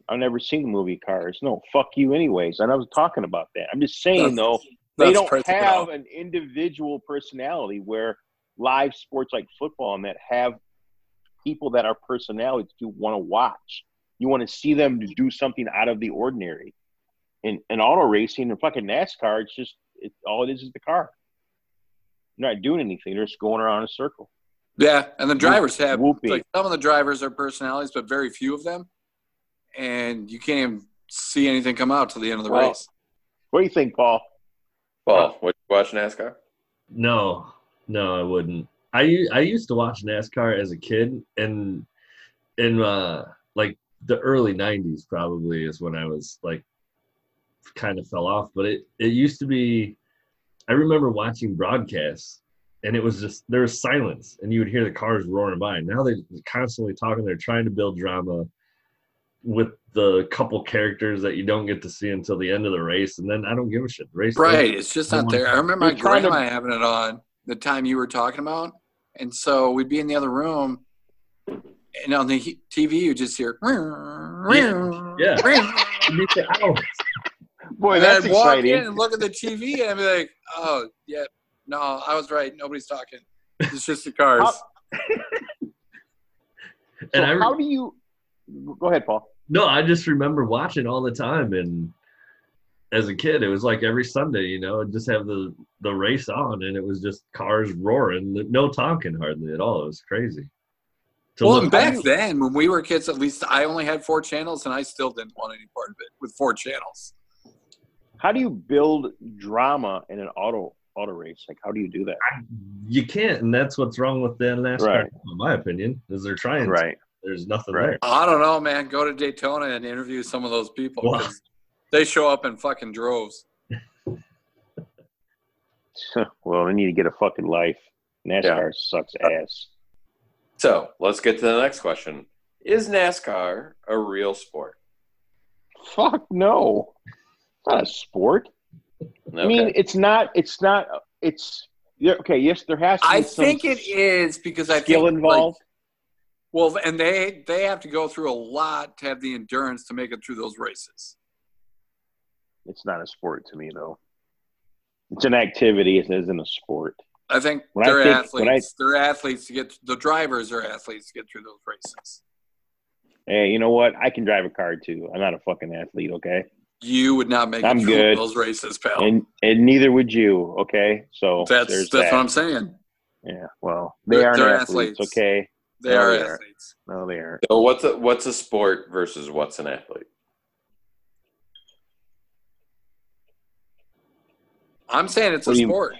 I've never seen the movie Cars. No, fuck you, anyways. And I was talking about that. I'm just
That's-
saying though, they
That's
don't
practical.
have an individual personality where live sports like football and that have people that are personalities you want to watch. You want to see them do something out of the ordinary. In, in auto racing and fucking NASCAR, it's just it, all it is is the car. They're not doing anything. They're just going around in a circle.
Yeah, and the drivers have
Whoopee.
like some of the drivers are personalities, but very few of them, and you can't even see anything come out till the end of the
Well,
race.
What do you think, Paul?
Paul, would you watch NASCAR?
No, no, I wouldn't. I u- I used to watch NASCAR as a kid, and in uh, like the early '90s, probably is when I was like kind of fell off. But it it used to be. I remember watching broadcasts, and it was just there was silence, and you would hear the cars roaring by. Now they're constantly talking. They're trying to build drama with the couple characters that you don't get to see until the end of the race, and then I don't give a shit. The race
Right, it's just not there. I remember my
You're trying to-
grandma having it on the time you were talking about, and so we'd be in the other room, and on the he- TV you just hear.
Yeah.
yeah.
You say, "Ow."
Boy,
And
that's
I'd walk in
exciting.
and look at the TV and I'd be like, "Oh, yeah, no, I was right. Nobody's talking. It's just the cars."
How- So
and I re-
how do you? Go ahead, Paul.
No, I just remember watching all the time, and as a kid, it was like every Sunday, you know, I'd just have the the race on, and it was just cars roaring, no talking hardly at all. It was crazy. To
well,
look-
and back then, when we were kids, at least I only had four channels, and I still didn't want any part of it with four channels.
How do you build drama in an auto auto race? Like, how do you do that?
you can't, and that's what's wrong with the NASCAR,
Right.
in my opinion, is they're trying. to- There's nothing
Right.
there.
I don't know, man. Go to Daytona and interview some of those people. 'cause They show up in fucking droves.
well, I need to get a fucking life. NASCAR
Yeah.
sucks ass.
So let's get to the next question. Is NASCAR a real sport?
Fuck no. It's not a sport.
Okay.
I mean, it's not. It's not. It's yeah, okay. Yes, there has to. Be
I
some
think it is because I
skill
think like,
involved.
well, and they they have to go through a lot to have the endurance to make it through those races.
It's not a sport to me, though. It's an activity. It isn't a sport.
I think
When I
they're
think- when I-
athletes. they're athletes to get the drivers are athletes to get through those races.
Hey, you know what? I can drive a car too. I'm not a fucking athlete, okay?
You would not make
I'm
it through
good.
those races, pal.
And and neither would you, okay? So
that's
there's
that's
that.
what I'm saying.
Yeah. Well, they
They're-
aren't
they're
athletes,
athletes.
okay?
They
No,
are
they aren't.
athletes.
No, they aren't.
So what's a what's a sport versus what's an athlete?
I'm saying it's a
What do you-
sport.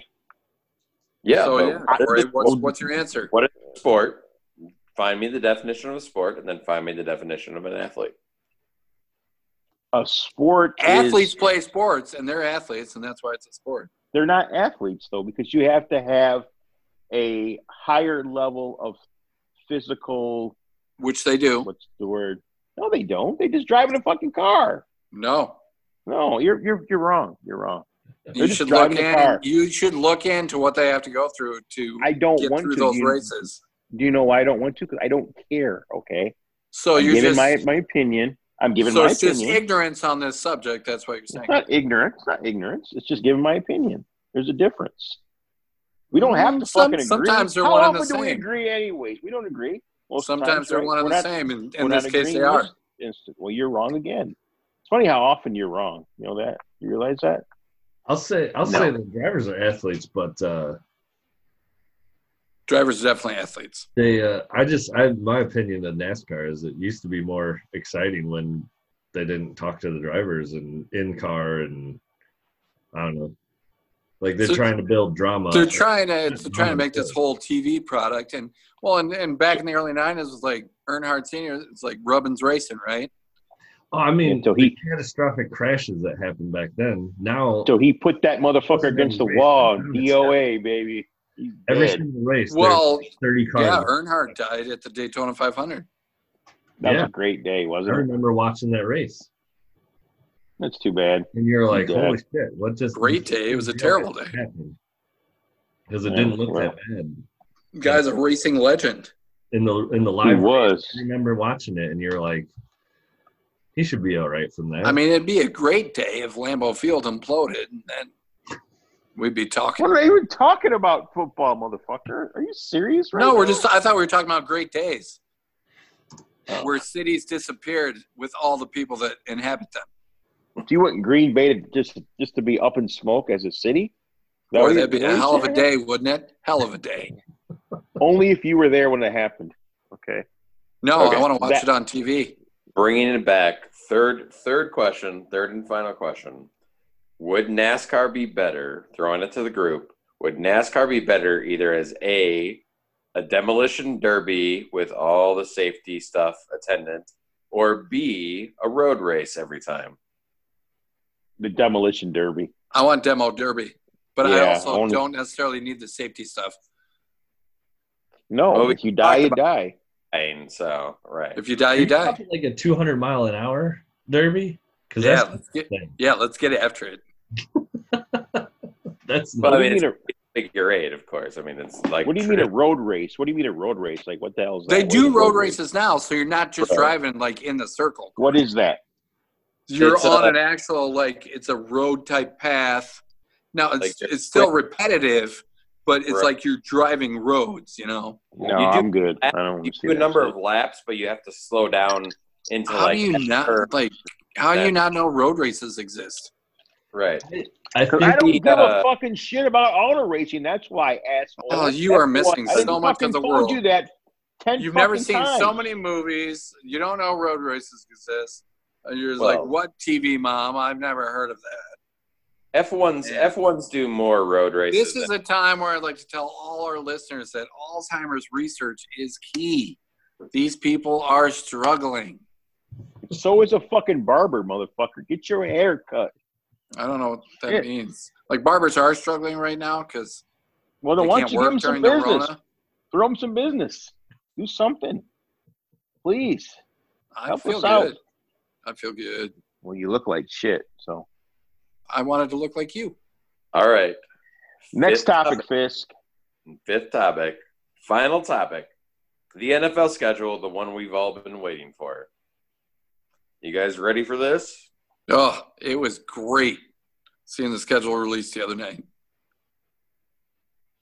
Yeah,
so
but
yeah.
what is
Corey, what's,
well,
what's your answer?
What is a sport? Find me the definition of a sport, and then find me the definition of an athlete.
A sport
Athletes
is-
play sports, and they're athletes, and that's why it's a sport.
they're not athletes though because you have to have a higher level of physical
Which they do.
what's the word no they don't they just drive in a fucking car
No,
no you're you're, you're wrong you're wrong
you
just
should look
driving the
in.
car.
You should look into what they have to go through to
i don't
get
want
through
to
those
you,
races.
do you know why i don't want to because i don't care okay
So
i'm
you're
giving
just
my, my opinion i'm giving
so
my
it's just
opinion
ignorance on this subject. That's what you're
it's
saying.
not ignorance it's not ignorance it's just giving my opinion there's a difference we don't have to
Mm, Some-
fucking agree.
sometimes they're
How
one and
often
the
do we
same.
agree, anyways? We don't agree. Most
Sometimes
times,
they're
right?
one and
We're
the
not-
same, and
we're
in
not
this case, they
agreeing
are.
with- instant. Well, you're wrong again. It's funny how often you're wrong. You know that? You realize that?
I'll say I'll
No.
say the drivers are athletes, but uh,
Drivers are definitely athletes.
they uh, I just I my opinion of NASCAR is it used to be more exciting when they didn't talk to the drivers and in car and I don't know. Like they're
So-
trying to build drama.
They're trying to
that's
they're trying to
not
make this
good.
whole TV product, and well, and, and back in the early '90s was like Earnhardt Senior. It's like Rubbins Racing, right?
oh, I mean
Until
the
he-
catastrophic crashes that happened back then. Now
So he put that motherfucker against the wall.
It's-
DOA, baby. He's
every
dead.
single race there's
Well,
thirty cars.
Yeah, Earnhardt died at the Daytona 500.
That was
Yeah.
a great day,
I
wasn't it?
remember watching that race.
That's too bad.
And you're like,
Yeah.
holy shit, what just
Great day. It was a terrible day.
Because it
Yeah,
didn't look
well.
that bad.
Guy's a racing legend.
In the in the
He
live
was.
I remember watching it and you're like, he should be all right from that.
I mean, it'd be a great day if Lambeau Field imploded, and then we'd be talking.
What are they even talking about football, motherfucker? Are you serious? Right
No, we're
now?
just. I thought we were talking about great days,
Oh.
where cities disappeared with all the people that inhabit them,
Do you want Green Bay to just just to be up in smoke as a city? Is that
or
what
that'd
you're
be a hell of a
saying?
day, wouldn't it? Hell of a day.
Only if you were there when it happened. Okay.
No,
Okay,
I want to watch
that-
it on TV.
Bringing it back, third third question, third and final question: Would NASCAR be better? Throwing it to the group, would NASCAR be better either as a a demolition derby with all the safety stuff attendant, or B a road race every time?
The demolition derby.
I want demo derby, but I
Yeah,
also
I wanna-
don't necessarily need the safety stuff.
No,
Well, we
if you die,
talked
you
about-
die.
And so, right?
If you die, you
Are
die.
talking like a 200 mile an hour derby. Because
Yeah,
that's
let's get,
the thing.
yeah, let's get after it.
That's
Well, I
What do
mean,
you
it's
mean a-
figure eight, of course. I mean, it's like
What do you mean a road race? What do you mean a road race? Like what the hell is that?
They
What is
do
a
road races now, so you're not just
Right.
driving like in the circle.
What is that?
You're
It's,
on
uh,
an actual like it's a road type path. Now
Like,
it's
they're
it's still repetitive, but it's
Right.
like you're driving roads. You know,
No,
You do-
I'm good. I don't
you
wanna see
do a
that
number
shit.
of laps, but you have to slow down into
how
like
do you
or-
not like how do you not know road races exist?
right.
I think
I don't
the,
give a
uh,
fucking shit about auto racing. That's why, asshole.
Oh, you
That's
are
why.
missing
I
so
didn't
much of
fucking
the
told
world.
You that 10
You've never
fucking
seen
times.
so many movies. You don't know road races exist. And you're just
Well-
like, what TV, mom? I've never heard of that.
F ones
Yeah.
F ones do more road races.
This is
than-
a time where I'd like to tell all our listeners that Alzheimer's research is key. These people are struggling.
So is a fucking barber, motherfucker. Get your hair cut.
I don't know what that
Shit.
means. Like barbers are struggling right now because
Well,
they
then why
can't
don't you give
work
him
during
some
the
business?
Rona.
Throw him some business. Do something, please.
I
Help
feel
us out.
good. I feel good.
Well, you look like shit. So
I wanted to look like you.
All right.
next
Fifth
uh,
topic, Fisk.
Fifth topic. Final topic. The NFL schedule, the one we've all been waiting for. You guys ready for this?
Oh, it was great seeing the schedule released the other night.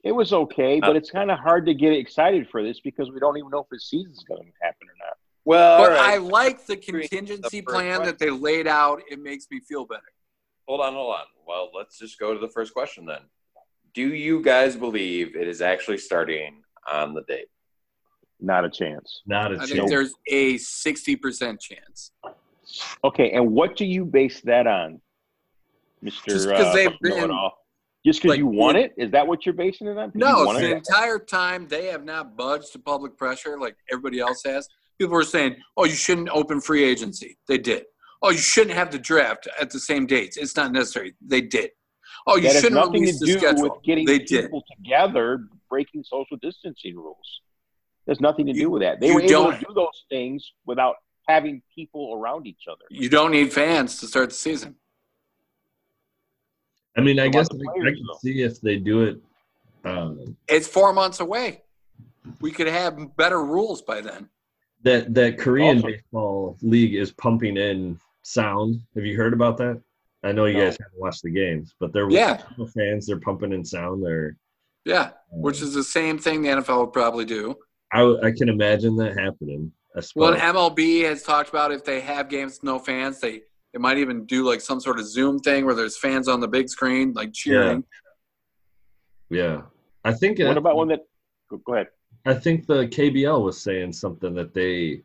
It was okay,
Uh,
but it's kind of hard to get excited for this because we don't even know if the season's going to happen or not.
Well,
but
all right.
I like the contingency
Up for
plan that they laid out. It makes me feel better.
hold on, hold on. Well, let's just go to the first question then. Do you guys believe it is actually starting on the date?
Not a chance.
Not a
I think
chance.
there's a 60% chance.
Okay, and what do you base that on, Mister? uh,
Just 'cause they've been-
Just because
like,
you want it? Is that what you're basing it on? 'Cause you
No,
want
it's the
it?
entire time they have not budged to public pressure like everybody else has. People were saying, "Oh, you shouldn't open free agency." They did. "Oh, you shouldn't have the draft at the same dates. It's not necessary." They did. "Oh, you
that has
shouldn't
nothing to
release the
do
schedule."
with getting
they did.
people together, breaking social distancing rules. There's nothing to
You-
do with that. They
you
were able
don't-
to do those things without having people around each other.
You don't need fans to start the season.
I mean, I
About
guess
the
I, I
players,
can
though.
see if they do it. Um,
It's four months away. We could have better rules by then.
that that Korean
Also-
baseball league is pumping in sound. Have you heard about that? I know you
No.
guys haven't watched the games, but they're
Yeah.
fans. They're pumping in sound. They're
Yeah, which is the same thing the NFL would probably do.
I, I can imagine that happening. I
Well,
suppose.
and MLB has talked about if they have games with no fans, they they might even do like some sort of Zoom thing where there's fans on the big screen like cheering.
yeah, I think.
What
it-
about one that? Go, go ahead.
I think the KBL was saying something that they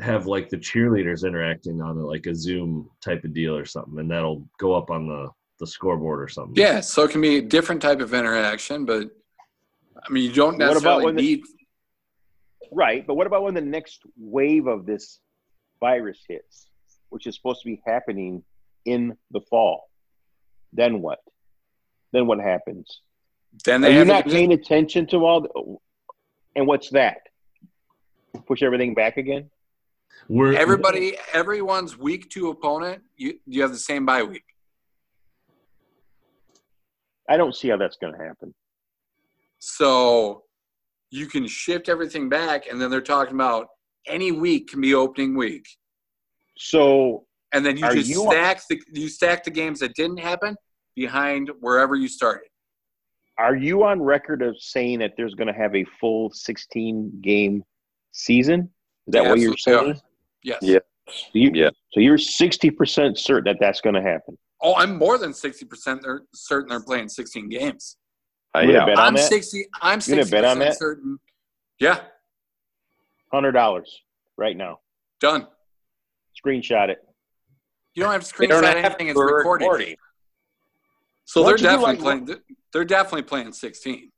have like the cheerleaders interacting on it, like a Zoom type of deal or something, and that'll go up on the the scoreboard or something.
Yeah, so it can be a different type of interaction, but I mean, you don't
What about
necessarily
when the-
need.
Right, but what about when the next wave of this virus hits, which is supposed to be happening in the fall? Then what? Then what happens?
Then
Are
they
you
have
not
to-
paying attention to all? The, and what's that? Push everything back again?
We're,
everybody, everyone's week two opponent. You you have the same bye week.
I don't see how that's going to happen.
So you can shift everything back, and then they're talking about any week can be opening week,
So
and then you
Are
just
you-
stack the you stack the games that didn't happen behind wherever you started.
are you on record of saying that there's going to have a full 16 game season? Is that
They
what you're
absolutely
saying?
Yes.
Yeah.
So you,
Yeah.
So you're 60% certain that that's going to happen.
Oh, I'm more than sixty percent they're certain they're playing sixteen games.
Uh,
You
yeah.
gonna bet on
I'm
that?
sixty. I'm
You gonna
sixty
bet on
percent
that?
certain. Yeah,
Hundred dollars right now.
done.
Screenshot it.
You don't have to
They
screenshot
don't have
anything.
to
It's recorded.
recording.
So
Why
they're
don't you do
definitely
like-
playing. They're definitely playing sixteen.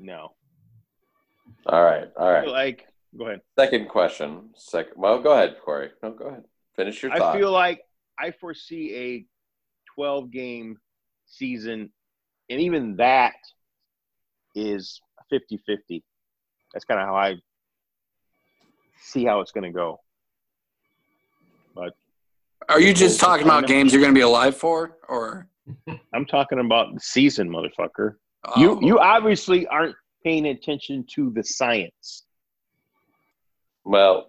No.
All right, all right.
Like, go ahead.
Second question. Second. Well, go ahead, Corey. No, go ahead. Finish your thought.
I feel like I foresee a 12 game season, and even that is 50 50. That's kind of how I see how it's going to go.
Are you just talking about games you're going to be alive for, or
I'm talking about the season, motherfucker.
uh,
Oh.
You, you obviously aren't paying attention to the science.
Well,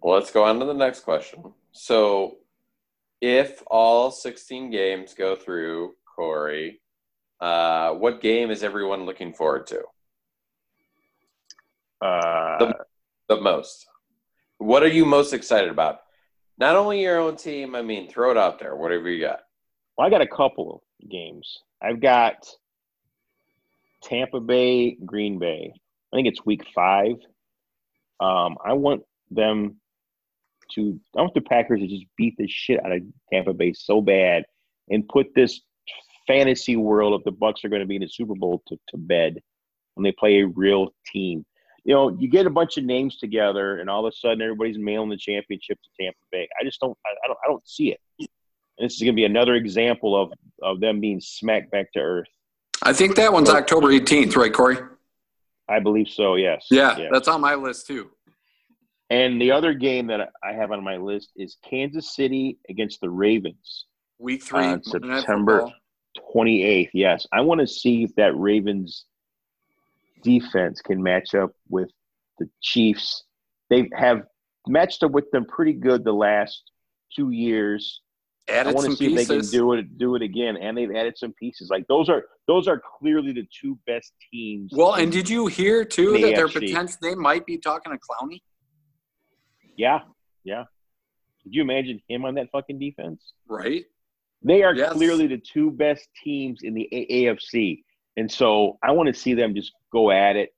let's go on to the next question. So, if all 16 games go through, Corey, uh, what game is everyone looking forward to
Uh,
the most? What are you most excited about? Not only your own team, I mean, throw it out there, whatever you got.
Well, I got a couple of games. I've got Tampa Bay, Green Bay. I think it's week five. Um, I want them to. I want the Packers to just beat the shit out of Tampa Bay so bad and put this fantasy world of the Bucks are going to be in the Super Bowl to, to bed when they play a real team. You know, you get a bunch of names together, and all of a sudden, everybody's mailing the championship to Tampa Bay. I just don't. I, I don't. I don't see it. And this is going to be another example of of them being smacked back to earth.
I think that one's October 18th, right, Corey?
I believe so. Yes.
Yeah,
Yeah.
that's on my list too.
And the other game that I have on my list is Kansas City against the Ravens
Week three,
on
Monday Night
Uh, September
Football.
28th. Yes, I want to see if that Ravens defense can match up with the Chiefs. They have matched up with them pretty good the last two years. I
Added
want to
some
see if they can
pieces.
do it do it again, and they've added some pieces. Like those are those are clearly the two best teams.
well, and did you hear too
The
that they're
AFC.
potential they might be talking to Clowney?
yeah, yeah. Could you imagine him on that fucking defense?
Right?
They are
Yes.
clearly the two best teams in the A- AFC. And so I want to see them just go at it.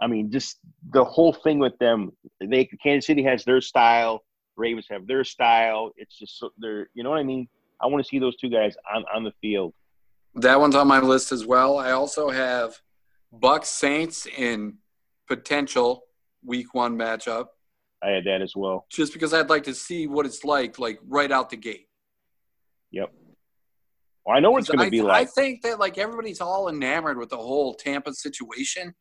I mean, just the whole thing with them. They Kansas City has their style, Ravens have their style. It's just so they're you know what I mean? I want to see those two guys on, on the field.
That one's on my list as well. I also have Bucks Saints in potential week one matchup,
I had that as well.
just because I'd like to see what it's like, like right out the gate.
Well, I know what it's
Because
going
I-
to be
I
like.
think that like everybody's all enamored with the whole Tampa situation,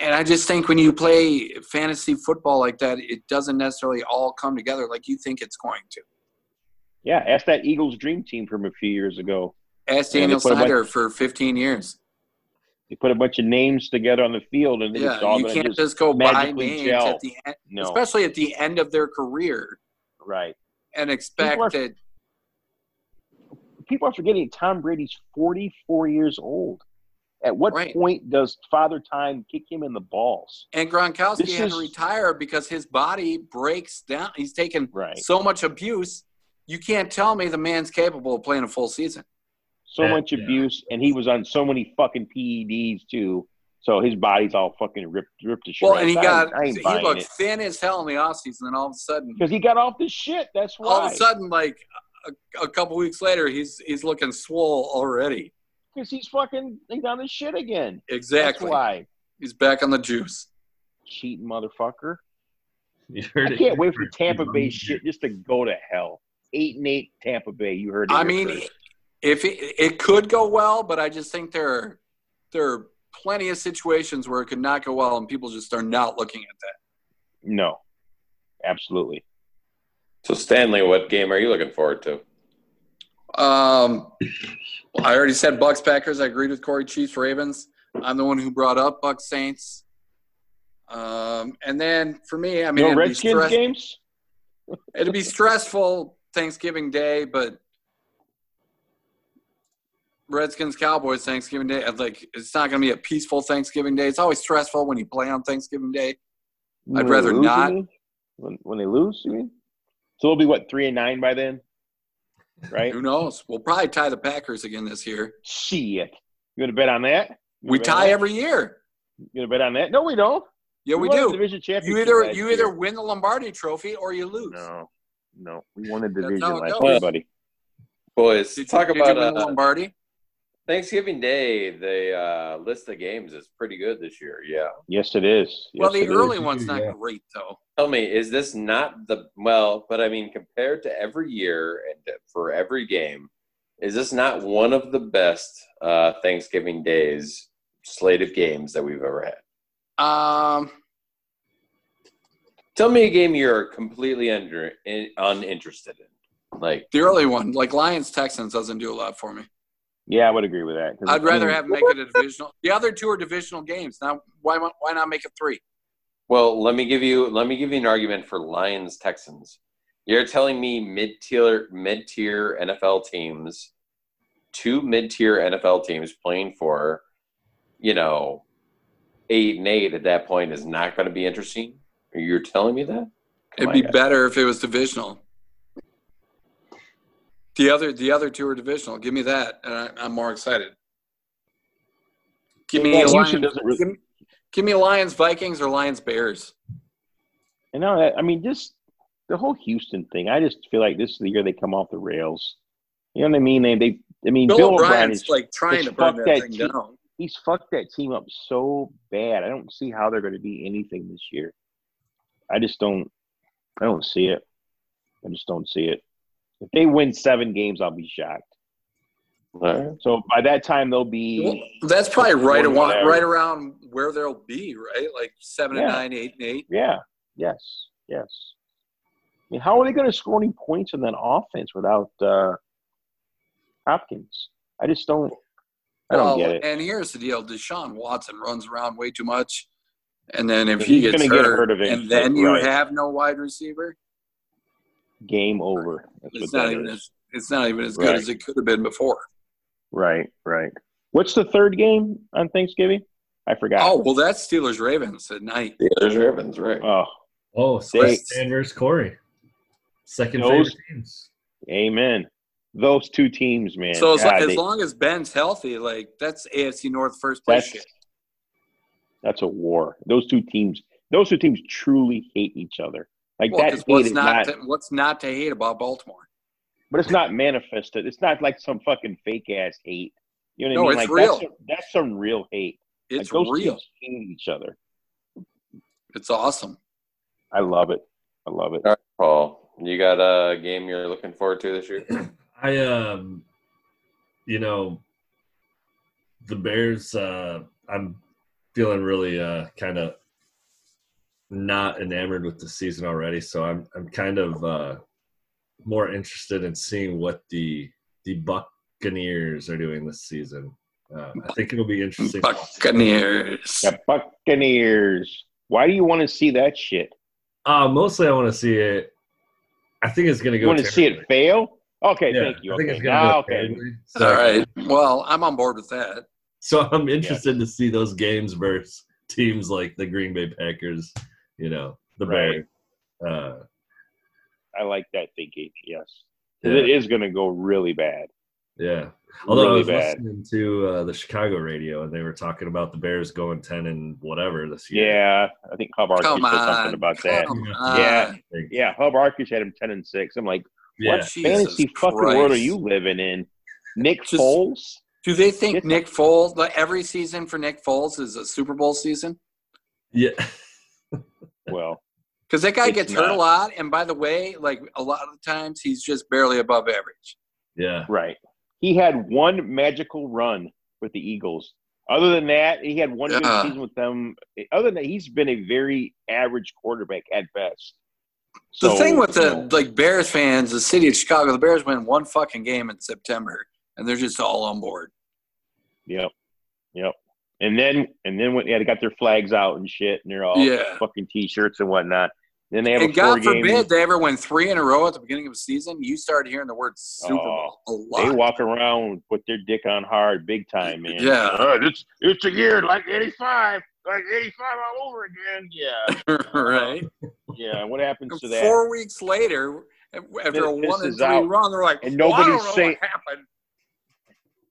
and I just think when you play fantasy football like that, it doesn't necessarily all come together like you think it's going to.
yeah, ask that Eagles dream team from a few years ago.
Ask
Yeah, they
Daniel
put a bunch-
Snyder for 15 years.
They put a bunch of names together on the field, and it's
Yeah,
all
you
going to
can't
just
just go buy
magically
names
gel.
at the end,
no
especially at the end of their career,
right.
and expect
People are-
that
people are forgetting Tom Brady's 44 years old. At what
Right.
point does Father Time kick him in the balls?
And Gronkowski
This
had
is-
to retire because his body breaks down. He's taken
Right.
so much abuse. You can't tell me the man's capable of playing a full season.
So
Yeah.
much abuse, and he was on so many fucking PEDs too. So his body's all fucking ripped, ripped to shreds.
Well, and he
I
got
ain't- I ain't
he
buying
looked
it
thin as hell in the offseason. Then all of a sudden,
because he got off the shit. That's why.
all of a sudden, like a, a couple weeks later, he's he's looking swole already.
because he's fucking he's on the shit again.
Exactly.
That's why
He's back on the juice.
cheating motherfucker.
You heard
I
it.
can't wait for the Tampa Bay shit just to go to hell. Eight and eight Tampa Bay. You heard it.
I
here
mean,
first.
if it, it could go well, but I just think there are, there are plenty of situations where it could not go well, and people just are not looking at that.
no, absolutely.
So Stanley, what game are you looking forward to?
Um, I already said Bucks Packers. I agreed with Corey Chiefs Ravens. I'm the one who brought up Bucks Saints. Um, and then for me, I mean,
no
it'd, be
Redskins
stress-
games.
it'd be stressful Thanksgiving Day, but Redskins Cowboys Thanksgiving Day. I'd Like, it's not going to be a peaceful Thanksgiving Day. It's always stressful when you play on Thanksgiving Day. I'd
they
rather
lose, you
not.
mean? When, when they lose, you mean? So it'll be what three and nine by then, right?
Who knows? We'll probably tie the Packers again this year.
Shit, you gonna bet on that? You
We
gonna bet on
tie
that?
every year.
You gonna bet on that? No, we don't.
Yeah, we
won the
do.
Division championship.
You either
last
you
year.
either win the Lombardi Trophy or you lose.
No, no, we won the
That's
division
how it
last
goes.
year, buddy.
Boys,
Did you,
talk
did you
about
win the
uh,
Lombardi?
Thanksgiving Day. The uh, list of games is pretty good this year. Yeah.
Yes, it is.
Well,
Yes,
the
it is.
early one's not
Yeah.
great though.
Tell me, is this not the well? But I mean, compared to every year and for every game, is this not one of the best uh, Thanksgiving days slate of games that we've ever had?
Um,
Tell me a game you're completely under, in, uninterested in. Like,
the early one, like Lions Texans, doesn't do a lot for me.
Yeah, I would agree with that. 'cause,
I'd
I
rather
mean,
have make it a divisional. The other two are divisional games. Now, why not- why not make it three?
well, let me give you let me give you an argument for Lions Texans. You're telling me mid tier mid tier NFL teams, two mid tier NFL teams playing for, you know, eight and eight at that point is not going to be interesting. You're telling me that?
It'd
on,
be
guys.
better if it was divisional. The other the other two are divisional. Give me that, and I, I'm more excited. Give me
Yeah,
a
Houston
Lions.
doesn't really-
give, me, give me Lions Vikings or Lions Bears.
You know, that- I mean, just the whole Houston thing. I just feel like this is the year they come off the rails. You know what I mean? They, they I mean,
Bill,
Bill O'Brien
O'Brien's
is
like trying
is
to burn
fuck
that,
that
thing
team.
down.
he's fucked that team up so bad. I don't see how they're going to be anything this year. I just don't. I don't see it. I just don't see it. If they win seven games, I'll be shocked.
All right.
So by that time, they'll
Well,
be
that's probably right
Whatever.
around, right around where they'll be, right? Like seven and
Yeah.
nine, eight and eight.
yeah, Yes, yes. I mean, how are they going to score any points on that offense without uh, Hopkins? I just don't. I don't
Well,
get it.
and here's the deal: Deshaun Watson runs around way too much, and then if
He's
he gets
gonna
hurt,
get hurt eventually,
and then you
right.
have no wide receiver,
Game over. That's
it's
what
not
that
even
is.
as it's not even as good
Right.
as it could have been before.
Right, right. What's the third game on Thanksgiving? I forgot.
Oh well, that's Steelers Ravens at night.
The others are Ravens, right?
Oh,
Oh,
They-
Stan versus Corey. Second
Those-
favorite teams.
amen. Those two teams, man.
so as,
God,
as
they-
long as Ben's healthy, like that's AFC North first place.
that's
Shit.
that's a war. Those two teams. Those two teams truly hate each other. Like
Well,
that
'cause
hate
what's
is
not,
not,
to, what's not to hate about Baltimore?
but it's not manifested. It's not like some fucking fake ass hate. You know what
No,
I mean?
it's
like that's
real.
some- That's, some real hate. Like,
It's
those
real.
Teams hate each other.
It's awesome.
I love it. I love it.
All right, Paul, you got a game you're looking forward to this year?
I um you know the Bears uh I'm feeling really uh kind of not enamored with the season already, so I'm I'm kind of uh more interested in seeing what the the Buccaneers are doing this season. Uh, I think it'll be interesting.
Buccaneers.
The Buccaneers. Why do you want to see that shit?
Uh, mostly, I want to see it. I think it's going to go.
You want to see
terribly.
it fail? Okay,
Yeah,
thank you.
I think
Okay,
it's gonna go
now, okay.
terribly. So,
All right. Well, I'm on board with that.
So I'm interested to see those games versus teams like the Green Bay Packers, you know, the
Right.
Bears. Uh,
I like that thinking. Yes, 'Cause
yeah,
it is going to go really bad.
yeah. Although I
really
was
bad.
listening to uh, the Chicago radio and they were talking about the Bears going ten and whatever this year.
Yeah, I think Hub Arkish
Come
said
on.
something about that.
Come
Yeah.
on.
Yeah.
Like,
Yeah, Hub Arkish had him ten and six. I'm like,
yeah.
what
Jesus
fantasy fucking world are
Christ.
you living in? Nick
Just-
Foles.
Do they think
Yes.
Nick Foles, like every season for Nick Foles is a Super Bowl season?
Yeah.
Well,
Because that guy
It's
gets hurt a
not.
lot. And by the way, like a lot of the times, he's just barely above average.
Yeah.
right. He had one magical run with the Eagles. Other than that, he had one
Yeah.
good season with them. Other than that, he's been a very average quarterback at best.
The
So,
thing with
you
the
know,
like Bears fans, the city of Chicago, the Bears win one fucking game in September, and they're just all on board.
Yep. Yep. And then and then when yeah, they got their flags out and shit and they're all
Yeah.
fucking t shirts and whatnot. Then they have
And
a four
God
game
forbid they ever win three in a row at the beginning of a season. You start hearing the word Super Bowl a
Oh. they
lot.
walk around with their dick on hard big time, man.
Yeah.
Uh, it's it's a year like eighty five. Like eighty five all over again. Yeah.
right?
Yeah. What happens to
And
that?
Four weeks later, e-, after a
This- this
one and
is
three
out.
run, they're like,
And
"Well, I don't
nobody's
know
saying-
what happened.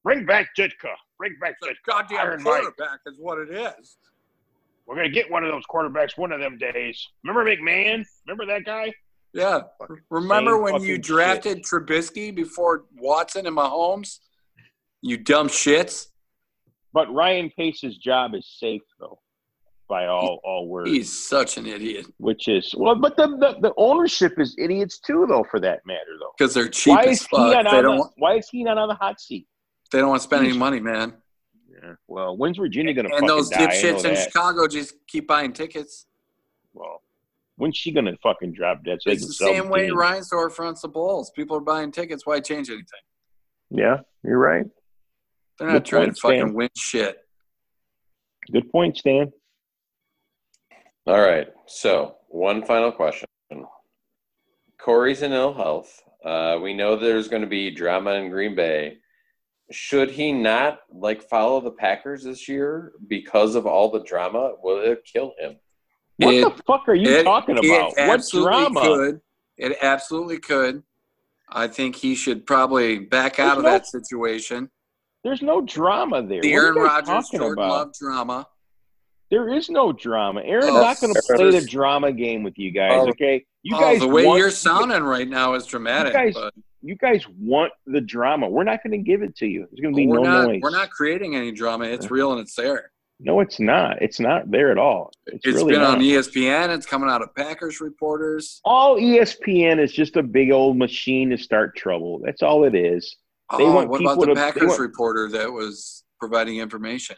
Bring back Ditka. Bring back
The
Ditka.
goddamn
Iron Mike.
quarterback is what it is.
We're gonna get one of those quarterbacks one of them days. Remember McMahon? Remember that guy?
Yeah. Remember
same
when you
fucking
drafted
shit.
Trubisky before Watson and Mahomes? You dumb shits.
But Ryan Pace's job is safe though, by all all words.
He's such an idiot
which is well, but the, the the ownership is idiots too, though, for that matter, though.
because they're cheap
why
as
is he
fuck.
not
They
on
don't.
the, Why is he not on the hot seat?
They don't want to spend any money, man.
Yeah. Well, when's Virginia gonna
And
fucking
those
die? I know
dipshits in
that.
Chicago just keep buying tickets.
Well, when's she gonna fucking drop dead? So they
It's
can
the
sell
same way
team?
Reinsdorf runs the Bulls. People are buying tickets. Why change anything?
Yeah, you're right.
They're not
Good
trying
point,
to fucking
Stan.
win shit.
Good point, Stan.
All right. So, one final question. Corey's in ill health. Uh, we know there's going to be drama in Green Bay. Should he not like follow the Packers this year because of all the drama? Will it kill him?
What
It-
the fuck are you
It-
talking
it
about? What
absolutely
drama?
Could. It absolutely could. I think he should probably back out
There's
of
no-
that situation.
There's no drama there.
The
what are
Aaron
you guys
Rodgers,
talking
Jordan
about?
Love drama.
There is no drama. Aaron's
Oh,
not going to
there
play the
is.
drama game with you guys.
Oh.
okay, you
oh,
guys.
the way
want-
you're sounding right now is dramatic.
guys-
but
you guys want the drama. We're not going to give it to you. There's going to be
we're
no
not
noise.
we're not creating any drama. It's real and it's there.
No, it's not. It's not there at all. It's,
It's
really
been
not.
on E- ESPN. It's coming out of Packers reporters.
all E ESPN is just a big old machine to start trouble. That's all it is. They
oh,
want
what about
people
the
to- they
Packers
want-
reporter that was providing information?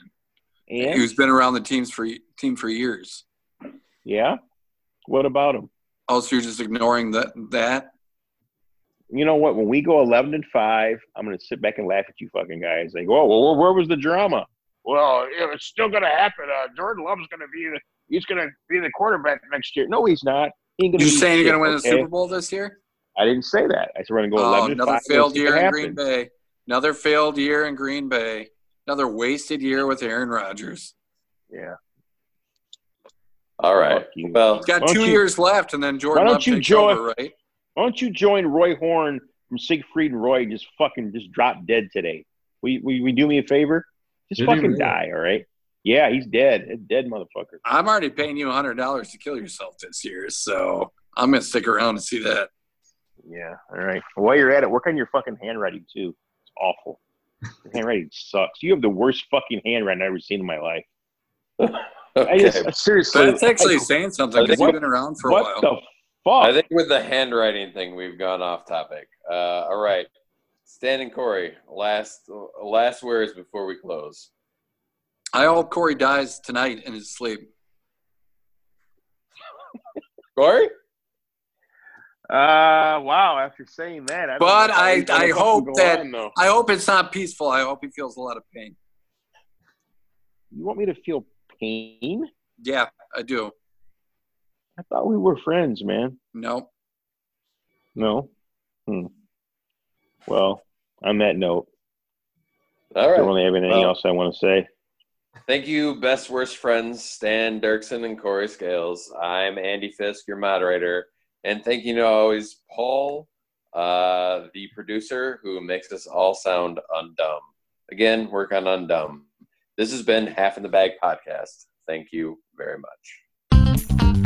And
Who's been around the teams for team for years?
yeah, What about them?
Oh, so you're just ignoring that? That
You know what? When we go eleven and five, I'm gonna sit back and laugh at you fucking guys. Like, oh, well, where was the drama? Well, it's still gonna happen. Uh, Jordan Love's gonna be the, he's gonna be the quarterback next year. No, he's not. He ain't gonna
you're
be
saying you're going to win the
shit, okay?
Super Bowl this year?
I didn't say that. I said we're gonna go
Oh,
eleven and
another
five.
failed
Let's see what
year in
happens.
Green Bay. Another failed year in Green Bay. Another wasted year with Aaron Rodgers.
Yeah.
All right.
Fuck you.
Well,
He's got
Why don't
two
you-
years left, and then Jordan
why don't
Love
you
takes
join-
over, right?
Why don't you join Roy Horn from Siegfried and Roy and just fucking just drop dead today? We we, we do me a favor? Just
Did he
fucking
really?
die, all right? Yeah, he's dead. A dead motherfucker.
I'm already paying you $100 to kill yourself this year, so I'm going to stick around and see that.
Yeah, all right. While you're at it, work on your fucking handwriting too. It's awful. Your handwriting sucks. You have the worst fucking handwriting I've ever seen in my life. I
okay.
just seriously.
That's actually
I-
saying something
I think-
because you've been around for a
what
while.
the
I
fuck?
think with the handwriting thing, we've gone off topic. Uh, all right, Stan and Corey, last last words before we close.
I hope Corey dies tonight in his sleep.
Corey,
Uh, wow. After saying that, I don't
But
know how
I-
he's gonna
I
fucking
hope
go
that-
on, though.
I hope it's not peaceful. I hope he feels a lot of pain.
you want me to feel pain.
Yeah, I do.
I thought we were friends, man.
No.
No. Hmm. Well, on that note,
all
I
right.
don't really have anything
Well-
else I want to say.
Thank you, best worst friends, Stan Dirksen and Corey Scales. I'm Andy Fisk, your moderator. And thank you, to always, Paul, uh, the producer who makes us all sound undumb. Again, work on undumb. This has been Half in the Bag Podcast. Thank you very much.